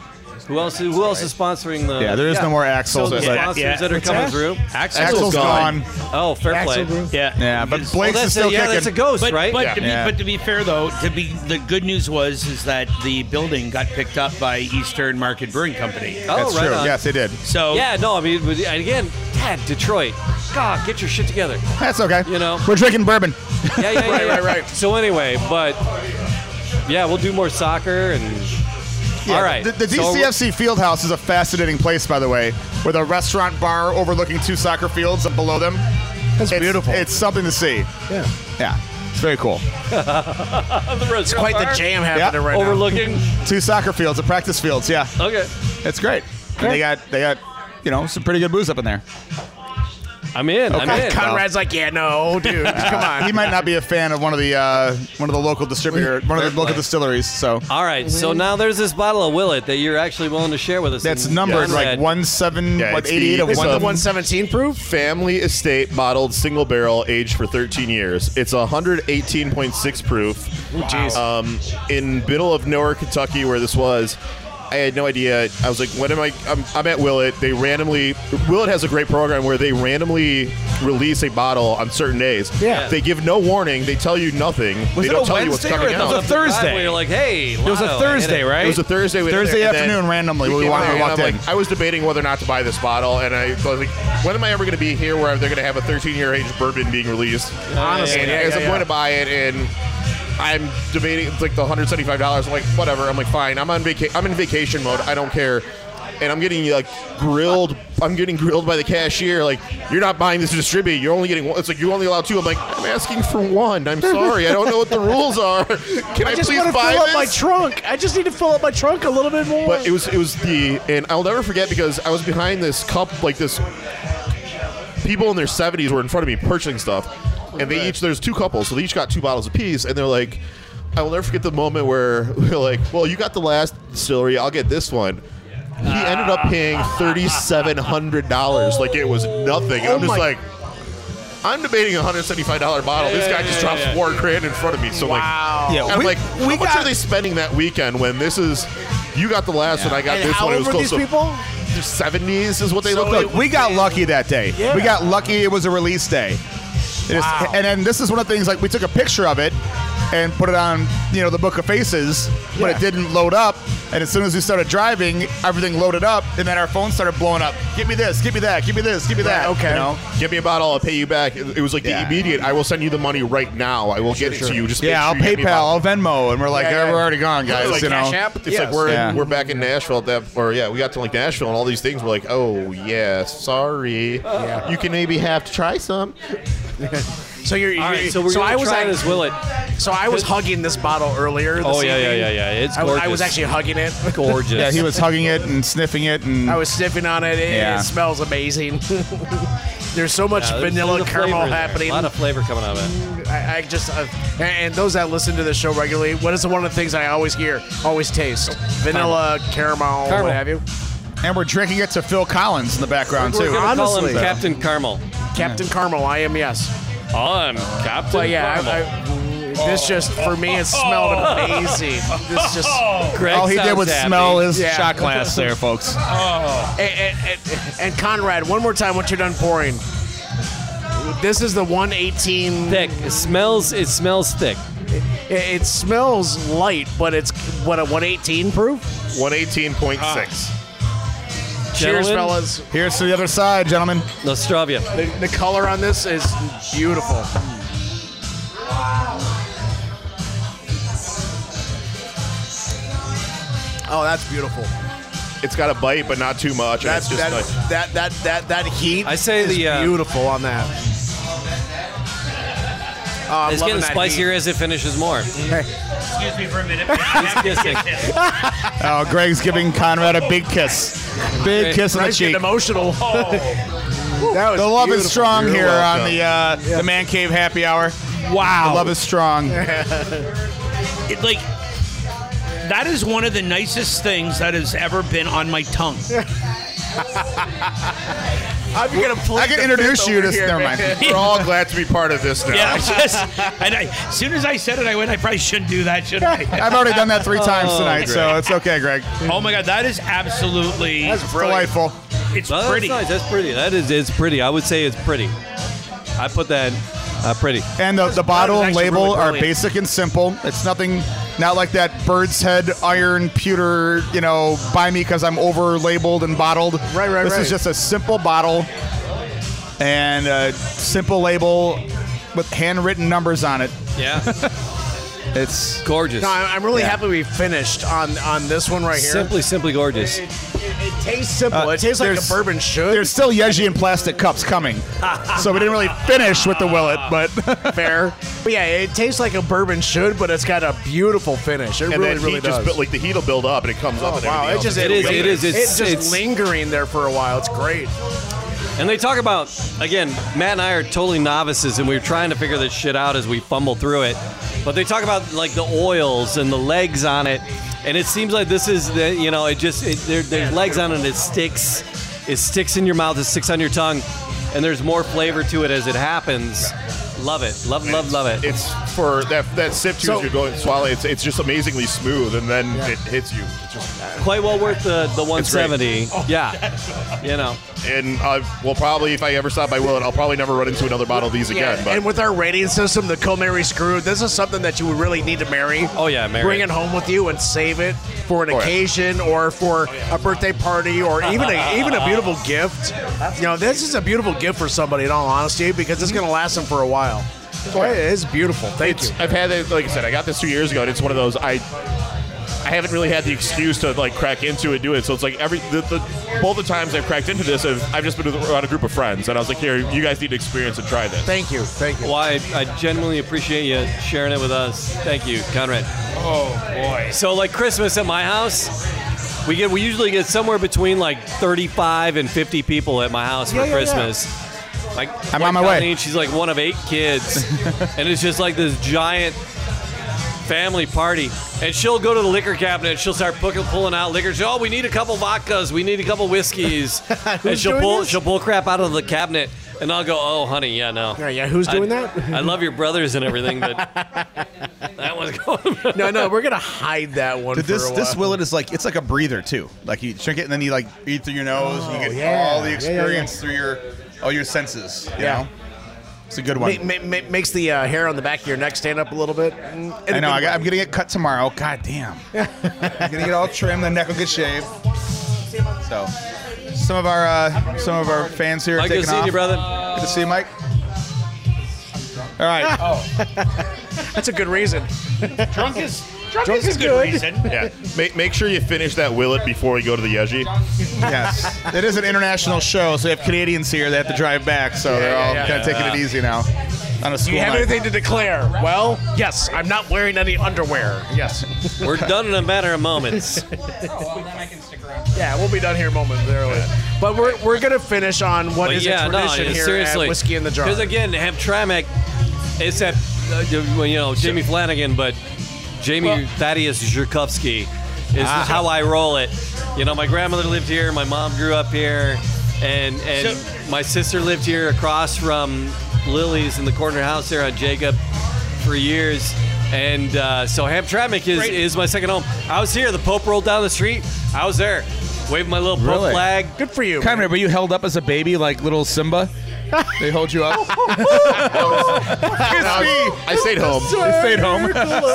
S4: Who else? Who else is sponsoring the?
S5: Yeah, there is no more Axel.
S4: So the
S5: It's like-
S4: sponsors
S9: yeah.
S4: that are
S9: What's
S4: coming
S9: that?
S4: through.
S5: Axel's gone.
S4: Oh, fair play.
S9: Yeah.
S5: Yeah, but
S9: Because-
S4: Well,
S5: Blake's
S4: that's
S5: is
S4: a,
S5: still
S4: yeah, that's a
S5: kicking.
S4: ghost,
S9: But,
S4: right?
S9: but,
S5: Yeah.
S9: to be,
S5: Yeah.
S9: but to be fair though, to be the good news was is that the building got picked up by Eastern Market Brewing Company.
S4: oh,
S5: That's
S4: right
S5: true.
S4: on.
S5: Yes, they did.
S9: So
S4: Yeah, no, I mean, but, and again, God, Detroit. God, get your shit together.
S5: That's okay.
S4: You know?
S5: we're drinking bourbon.
S4: Yeah, yeah, yeah.
S6: Right,
S4: yeah.
S6: right, right.
S4: So anyway, but yeah, we'll do more soccer and.
S5: Yeah,
S4: All right.
S5: The, the
S4: So-
S5: DCFC Field House is a fascinating place, by the way, with a restaurant bar overlooking two soccer fields and below them.
S2: That's
S5: It's
S2: beautiful.
S5: It's something to see.
S2: yeah.
S5: Yeah, it's very cool.
S4: It's
S2: Quite the jam happening
S5: Yeah.
S2: right now.
S4: Overlooking.
S5: Two soccer fields, the practice fields. Yeah,
S4: Okay.
S5: it's great. And they got they got you know some pretty good booze up in there.
S4: I'm in. I'm
S5: Okay.
S4: in.
S5: Con-
S2: Conrad's like, yeah, no, dude, come on.
S5: He might not be a fan of one of the uh, one of the local distributor, one of the local
S4: play.
S5: distilleries. So
S4: All right. So now there's this bottle of Willet that you're actually willing to share with us.
S5: that's
S4: And
S5: numbered like
S4: Conrad-
S5: one seven,
S6: Yeah,
S5: what
S6: it's
S5: eighty eight
S6: the-
S5: of
S6: it's
S5: one.
S6: the
S5: of them.
S2: 117 proof?
S6: Family estate bottled single barrel, aged for 13 years. It's 118.6 proof.
S2: jeez.
S6: Um, in middle of nowhere, Kentucky, where this was, I had no idea. I was like, "When am I?" I'm, I'm at Willet. They randomly Willet has a great program where they randomly release a bottle on certain days.
S2: Yeah.
S6: They give no warning. They tell you nothing. they don't tell you what's coming out.
S4: Up the driveway, You're like, hey. It
S9: was a Thursday, right?
S6: It was a Thursday. we-
S5: Thursday
S6: and then
S5: afternoon, randomly, we
S6: came
S5: walked-
S6: out
S5: we
S6: and
S5: walked
S6: I'm
S5: in.
S6: like, I was debating whether or not to buy this bottle, and I was like, when am I ever going to be here where they're going to have a 13 year aged bourbon being released?
S2: Honestly,
S6: and
S2: yeah,
S6: as
S2: yeah,
S6: I'm
S2: yeah.
S6: going to buy it, and I'm debating, it's like the $175. I'm like, whatever. I'm like, fine. I'm on vaca- I'm in vacation mode. I don't care. And I'm getting like grilled. I'm getting grilled by the cashier. Like, you're not buying this to distribute. You're only getting one. It's like you only allow two. I'm like, I'm asking for one. I'm sorry. I don't know what the rules are. Can I,
S2: I just
S6: please
S2: want to fill
S6: buy
S2: up
S6: this?
S2: my trunk. I just need to fill up my trunk a little bit more.
S6: But it was it was the and I'll never forget because I was behind this cup like this. People in their seventies were in front of me purchasing stuff, and they each there's two couples, so they each got two bottles apiece, and they're like, I will never forget the moment where we're like, well, you got the last distillery, I'll get this one. He ended up paying thirty seven hundred dollars, like it was nothing. And I'm just
S2: Oh my-
S6: like. I'm debating a hundred seventy-five dollar bottle. this guy just drops four grand in front of me. So
S2: Wow.
S6: like,
S5: Yeah,
S6: oh. I'm
S5: we-
S6: like,
S5: we
S6: how much
S5: got-
S6: are they spending that weekend when this is? You got the last one. I got
S2: and
S6: this
S2: how
S6: one. It
S2: old
S6: was
S2: were
S6: close
S2: these
S6: to
S2: people?
S6: 70s is what they look
S5: Look,
S6: like.
S5: we got lucky that day.
S2: Yeah.
S5: We got lucky. It was a release day. It is-
S2: Wow.
S5: and then this is one of the things like we took a picture of it and put it on you know the book of faces, but
S2: Yeah.
S5: it didn't load up. And as soon as we started driving, everything loaded up, and then our phone started blowing up. Give me this. Give me that. Give me this. Give me that.
S2: Right, okay.
S5: You know?
S6: Give me a bottle. I'll pay you back. It it was like
S5: Yeah.
S6: the immediate. I will send you the money right now. I will get it to you. Just make
S5: Yeah, I'll
S6: sure you get me a
S5: PayPal,
S6: bottle."
S5: I'll Venmo, and we're like,
S2: Yeah,
S5: "Eh,
S2: yeah.
S5: we're already gone, guys.
S6: It's like
S5: you know,
S2: Cash App?
S6: It's
S2: Yes.
S6: like we're
S5: Yeah.
S6: in, we're back in Nashville at that, or yeah, we got to like Nashville and all these things. We're like, oh yeah, sorry, you can maybe have to try some.
S2: So you're,
S4: All right.
S2: you're-
S4: So we're
S2: I
S4: gonna
S2: was
S4: try
S2: act-
S4: this Willet.
S2: so I was hugging this bottle earlier. This
S4: Oh yeah, yeah,
S2: evening.
S4: yeah, yeah. It's
S2: I, was-
S4: gorgeous.
S2: I was actually hugging it.
S4: gorgeous.
S5: yeah, he was hugging it and sniffing it, and
S2: I was sniffing on it. It,
S5: Yeah.
S2: it smells amazing. There's so much
S4: Yeah, there's-
S2: vanilla
S4: there's a flavor
S2: caramel
S4: in there.
S2: happening.
S4: A lot of flavor coming out of it.
S2: I, I just uh, and- and those that listen to this show regularly, what is one of the things I always hear, always taste? Vanilla, caramel,
S4: Caramel.
S2: what have you?
S5: and we're drinking it to Phil Collins in the background
S4: We're
S5: too.
S4: gonna call him
S2: Honestly.
S4: Captain Caramel.
S2: Captain Caramel, I am yes.
S4: I'm Captain
S2: But yeah,
S4: Caramel.
S2: I, I, this just for me it smelled amazing. This just
S4: Greg
S5: All he did
S4: sounds
S5: was
S4: happy.
S5: smell his
S2: Yeah.
S5: shot glass there, folks.
S2: and, and- and- and Conrad, one more time once you're done pouring. This is the 118.
S4: thick. It smells. It smells thick.
S2: It, it smells light, but it's what a 118 proof.
S6: One eighteen point six.
S2: Cheers,
S4: Gentlemen,
S2: fellas.
S5: Here's to the other side, gentlemen.
S4: Nostravia.
S2: The, the color on this is beautiful. Oh, that's beautiful.
S6: It's got a bite, but not too much. and
S2: That's
S6: it's
S2: that,
S6: just nice.
S2: that that that that heat.
S4: I say
S2: is
S4: the, uh,
S2: beautiful on that. Uh,
S4: It's
S2: loving
S4: getting
S2: that
S4: spicier as it finishes more.
S9: Excuse me for a minute.
S4: kissing.
S5: Oh, Greg's giving Conrad a big kiss. Big kiss on the
S2: Greg's getting
S5: cheek.
S2: emotional. That was
S5: The love is
S2: beautiful.
S5: strong
S6: You're
S5: here
S6: welcome.
S5: on the uh, the Man Cave Happy Hour.
S8: Wow.
S5: The love is strong.
S8: It, like that is one of the nicest things that has ever been on my tongue.
S2: I'm gonna plead
S5: I can
S2: the
S5: introduce
S2: fifth
S5: you
S2: over
S5: to.
S2: here,
S5: Never
S2: man.
S5: mind.
S6: We're all glad to be part of this now.
S8: Yeah, I just and I, as soon as I said it, I went. I probably shouldn't do that, should I?
S5: I've already done that three times
S2: Oh,
S5: tonight, so it's okay, Greg.
S8: oh my god, that is absolutely.
S5: It's delightful.
S8: it's
S4: No, Oh, that's
S8: pretty.
S4: nice. That's pretty. That is. It's pretty. I would say it's pretty. I put that uh, pretty.
S5: And the, the bottle and
S4: actually
S5: label
S4: really
S5: are
S4: brilliant.
S5: basic and simple. It's nothing, not like that bird's head iron pewter, you know, buy me because I'm over labeled and bottled.
S2: Right, right,
S5: This
S2: right.
S5: is just a simple bottle and a simple label with handwritten numbers on it.
S4: Yeah,
S5: It's
S4: gorgeous.
S2: No, I'm I'm really
S5: Yeah.
S2: happy we finished on on this one right here.
S4: Simply, simply gorgeous.
S2: It, it- it tastes simple.
S5: Uh,
S2: it tastes like a
S5: there's-
S2: bourbon should.
S5: there's still Yeji in plastic cups coming, so we didn't really finish with the Willet, but.
S2: Fair, but yeah, it tastes like a bourbon should, but it's got a beautiful finish. It
S6: And
S2: really,
S6: then
S2: really
S6: heat
S2: does.
S6: just built, like the heat will build up and it comes up.
S2: oh
S6: And
S2: wow,
S6: everything
S2: it just
S6: else.
S4: It is, it is,
S2: It's,
S4: it's-
S2: just
S4: it's-
S2: lingering there for a while. It's great.
S4: And they talk about again. Matt and I are totally novices, and we are trying to figure this shit out as we fumble through it. But they talk about like the oils and the legs on it, and it seems like this is the you know it just it, there, there's legs on it. It sticks, it sticks in your mouth, it sticks on your tongue, and there's more flavor to it as it happens. Love it, love, love, love it.
S6: It's for that that sip too.
S2: So-
S6: as you're going swallow. It's it's just amazingly smooth, and then it hits you. It's just,
S4: Quite well worth the the
S6: great.
S4: 170. Yeah, you know.
S6: and I will probably, if I ever stop by Willet, I'll probably never run into another bottle of these again. But
S2: and with our rating system, the Comary Screw, this is something that you would really need to marry.
S4: Oh, yeah, marry
S2: Bring
S4: it.
S2: it home with you and save it for an
S6: Oh, yeah.
S2: occasion or for a birthday party or even a, even a beautiful gift. You know, this is a beautiful gift for somebody in all honesty because it's going to last them for a while. So it is beautiful. Thank
S6: it's,
S2: you.
S6: I've had it, like I said, I got this two years ago, and it's one of those I. I haven't really had the excuse to like crack into it, do it. So it's like every the, the both the times I've cracked into this, I've, I've just been with- around a group of friends, and I was like, "Here, you guys need to experience and try this."
S2: Thank you. Thank you.
S4: Well, I, I genuinely appreciate you sharing it with us. Thank you, Conrad. Oh boy. So like Christmas at my house, we get we usually get somewhere between like 35 and 50 people at my house for
S2: yeah, yeah.
S4: Christmas. Like
S5: I'm
S4: one
S5: on my way.
S4: Colleen, She's like one of eight kids, and it's just like this giant family party. And she'll go to the liquor cabinet. and She'll start pull, pulling out liquor. She'll, oh, we need a couple vodkas. We need a couple whiskeys. and
S2: Who's
S4: she'll
S2: doing
S4: pull
S2: this?
S4: she'll pull crap out of the cabinet. And I'll go, oh, honey, yeah, no.
S2: Yeah, yeah, who's doing
S4: I-
S2: that?
S4: I love your brothers and everything, but that one's going.
S2: No, no, we're going to hide that one
S5: But
S2: for
S5: this
S2: a while.
S5: this Willet is like it's like a breather too. Like you drink it and then you like breathe through your nose. and you get
S2: Oh, yeah.
S5: all the
S2: Yeah, yeah, yeah.
S5: experience through your all your senses. You
S2: Yeah.
S5: know, it's a good one.
S2: Ma- ma- ma- makes the uh, hair on the back of your neck stand up a little bit. Mm, in
S5: I
S2: a
S5: know.
S2: good
S5: I
S2: way.
S5: got, I'm getting it cut tomorrow. God damn. I'm gonna get all trimmed. The neck will get shaved. So, some of our uh, some of our fans here are
S4: Mike, good
S5: taking
S4: seeing
S5: off.
S4: you, brother.
S5: Good to see you, Mike. All right.
S2: That's a good reason.
S8: Drunk is drunk,
S2: Drunk
S8: is,
S2: is
S8: a good,
S2: good.
S8: reason.
S6: Yeah, make, make sure you finish that Willet before we go to the Yeji.
S5: yes. It is an international show, so we have Canadians here. They have to drive back, so they're all kind of taking it easy now. On a school
S2: Do you have
S5: night.
S2: anything to declare? Well, yes, I'm not wearing any underwear. Yes.
S4: We're done in a matter of moments.
S2: Yeah, we'll be done here momentarily. But we're, we're going to finish on what
S4: But
S2: is
S4: yeah,
S2: a
S4: no,
S2: tradition here
S4: seriously.
S2: at Whiskey in the Jar.
S4: Because again, Hamtramck, it's that uh, you know Jimmy Flanagan, but Jamie Thaddeus Zhirkovsky is
S2: Ah.
S4: how I roll it. You know, my grandmother lived here, my mom grew up here, and and my sister lived here across from Lily's in the corner house there on Jacob for years. And uh, so Hamtramck is, is my second home. I was here. The Pope rolled down the street. I was there, waving my little Pope
S5: Really?
S4: flag.
S2: Good for you.
S5: Conrad, were you held up as a baby like little Simba? They hold you up.
S6: I stayed home.
S5: stayed home.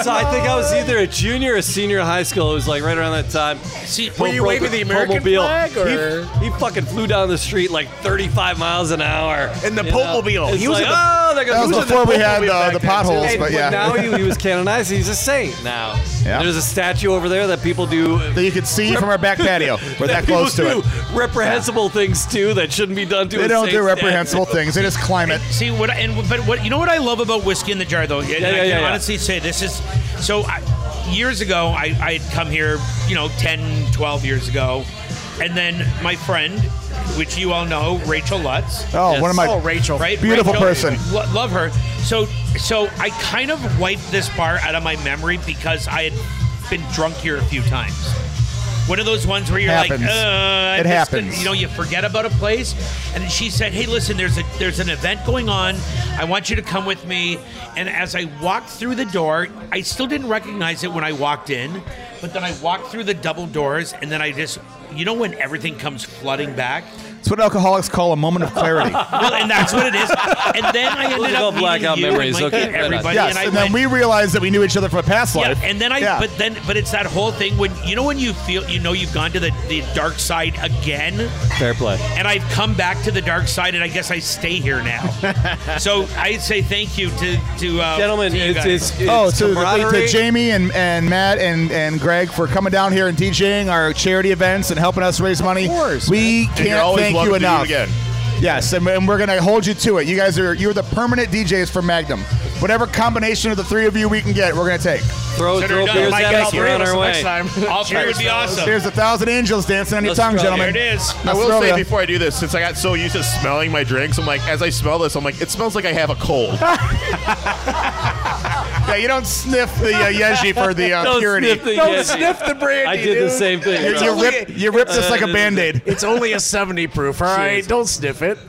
S4: So I think I was either a junior or senior in high school. It was like right around that time.
S8: See,
S2: Were you waving the American
S4: Popemobile.
S2: flag, or-
S4: He, he fucking flew down the street like 35 miles an hour.
S2: In the
S4: you know?
S2: Popemobile.
S4: It's
S2: He was
S4: like,
S2: in the-
S4: oh, there goes-
S5: That
S4: he
S5: was
S4: was in
S5: before we had
S2: Popemobile
S5: uh, the
S2: back then, too.
S5: potholes,
S4: Hey,
S5: but
S4: now
S5: yeah.
S4: he, he was canonized. He's a saint now.
S5: Yeah.
S4: There's a statue over there that people do.
S5: That you could see from our back patio. We're that
S4: people
S5: close to
S4: do
S5: it.
S4: reprehensible things too that shouldn't be done to.
S5: They
S4: a
S5: don't
S4: saint
S5: do reprehensible natural things. They just climb it.
S8: See what? And but what? You know what I love about whiskey in the jar, though. Yeah, I
S4: yeah,
S8: can
S4: yeah, yeah.
S8: honestly say this is so. I, years ago, I I had come here, you know, 10, 12 years ago, and then my friend, which you all know, Rachel Lutz.
S5: Oh, one of my
S2: Oh, Rachel.
S8: Right,
S5: Beautiful
S8: Rachel,
S5: person.
S8: lo- love her. So, so I kind of wiped this bar out of my memory because I had been drunk here a few times. One of those ones where you're
S5: Happens.
S8: like, uh, I
S5: It
S8: missed
S5: happens.
S8: You know, you forget about a place. And then she said, "Hey, listen, there's a there's an event going on. I want you to come with me." And as I walked through the door, I still didn't recognize it when I walked in, but then I walked through the double doors, and then I just, you know, when everything comes flooding back.
S5: It's what alcoholics call a moment of clarity.
S8: Well, and that's what it is. And then I ended
S4: Those are all
S8: up meeting
S4: blackout
S8: you
S4: memories.
S8: and Mike
S4: Okay,
S8: and
S4: fair enough.
S8: everybody,
S5: yes,
S8: and
S5: and,
S8: I
S5: then
S8: went,
S5: we realized that we knew each other from a past
S8: yeah,
S5: life.
S8: and then I,
S5: Yeah.
S8: but then, but it's that whole thing when you know when you feel you know you've gone to the, the dark side again,
S4: Fair play.
S8: and I've come back to the dark side, and I guess I stay here now. so I say thank you to to uh,
S4: Gentlemen,
S8: to you
S4: it's,
S8: guys.
S4: it's, it's
S5: oh, to, the,
S4: camaraderie.
S5: to Jamie and, and Matt and, and Greg for coming down here and DJing our charity events and helping us raise money.
S2: course,
S5: we
S6: And you're
S5: can't
S6: always
S5: thank
S6: welcome
S5: you
S6: to do it
S5: enough.
S6: again.
S5: Yes, and, and we're gonna hold you to it. You guys are you're the permanent DJs for Magnum. Whatever combination of the three of you we can get, we're gonna take.
S4: Throw,
S8: Consider
S4: throw
S8: it done.
S4: beers
S8: Mike,
S4: at
S8: thank
S4: us.
S8: you.
S4: We're on our
S2: Next
S4: way.
S2: time.
S8: all three would be awesome.
S5: Here's a thousand angels dancing on your
S4: Let's
S5: tongue,
S4: try it.
S5: gentlemen.
S8: There it is.
S6: I will
S5: Australia.
S6: say before I do this, since I got so used to smelling my drinks, I'm like, as I smell this, I'm like, it smells like I have a cold.
S5: Yeah, you don't sniff the uh, Yeji for the uh,
S4: Don't
S5: purity.
S4: sniff the Yeti.
S2: the brandy.
S4: I did the
S2: dude.
S4: same thing.
S5: you,
S4: bro.
S5: you rip, you rip this like a band aid.
S2: It's only a 70 proof, all right?
S4: Cheers.
S2: Don't sniff it.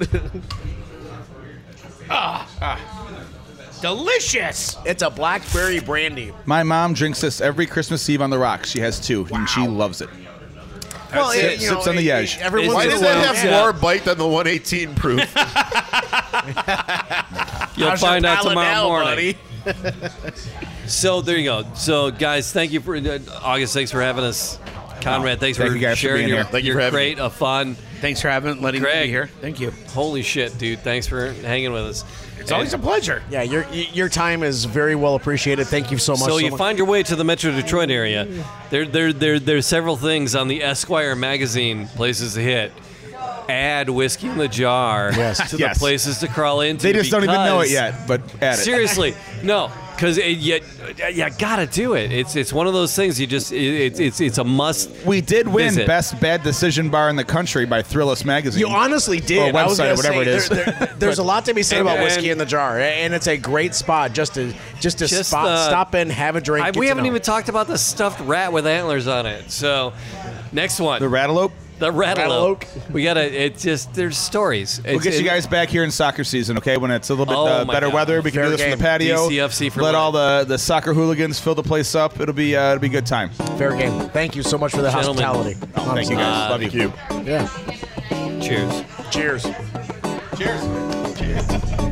S2: Ah,
S8: Delicious.
S2: It's a blackberry brandy.
S5: My mom drinks this every Christmas Eve on the rocks. She has two, and she loves it.
S2: Well,
S5: it. It sips on the edge.
S2: Everyone
S6: Why
S4: It's
S6: does
S4: just
S6: that
S4: well,
S6: have
S4: yeah.
S6: more bite than the 118 proof?
S4: You'll find out tomorrow morning.
S2: Buddy.
S4: So there you go. So guys, thank you for uh, August. Thanks for having us, Conrad. Thanks
S5: Thank
S4: for
S5: you guys for
S4: sharing
S5: being
S4: your,
S5: here.
S6: Thank you
S4: your
S6: for having
S4: great, a fun.
S8: Thanks for having letting me
S4: Greg.
S8: be here. Thank you.
S4: Holy shit, dude! Thanks for hanging with us.
S8: It's always a pleasure.
S2: Yeah, your your time is very well appreciated. Thank you so much.
S4: So you
S2: much.
S4: find your way to the Metro Detroit area. There, there, there, there's several things on the Esquire magazine places to hit. Add whiskey in the jar
S2: Yes.
S4: to
S5: Yes.
S4: the places to crawl into.
S5: They just don't even know it
S4: because-
S5: yet, but add it.
S4: Seriously, no, because you, you gotta do it. It's it's one of those things. You just it, it's it's it's a must.
S5: We did win
S4: Visit.
S5: best bad decision bar in the country by Thrillist magazine.
S2: You honestly did.
S5: Or
S2: I was
S5: website,
S2: gonna say,
S5: whatever it is.
S2: there- there- there's a lot to be said about
S4: And-
S2: whiskey in the jar, and it's a great spot just to just to
S4: Just
S2: spot,
S4: the-
S2: stop in, have a drink.
S4: I,
S2: get
S4: we
S2: to
S4: haven't
S2: know.
S4: even talked about the stuffed rat with antlers on it. So, next one,
S5: the Rattalope.
S4: the rattalope.
S2: Rattalope.
S4: We gotta. It's just there's stories. It's,
S5: We'll get you
S4: it-
S5: guys back here in soccer season, okay? When it's a little bit
S4: Oh
S5: uh,
S4: my
S5: better
S4: God.
S5: weather, we can do
S2: Fair
S5: this from the
S2: game.
S5: patio.
S4: DCFC for
S5: Let
S4: life.
S5: all the, the soccer hooligans fill the place up. It'll be uh, it'll be a good time.
S2: fair game. Thank you so much for the
S4: Gentlemen. oh,
S2: hospitality.
S5: Thank you
S6: Uh,
S5: guys. Love you.
S2: Yeah.
S4: Cheers.
S2: Cheers.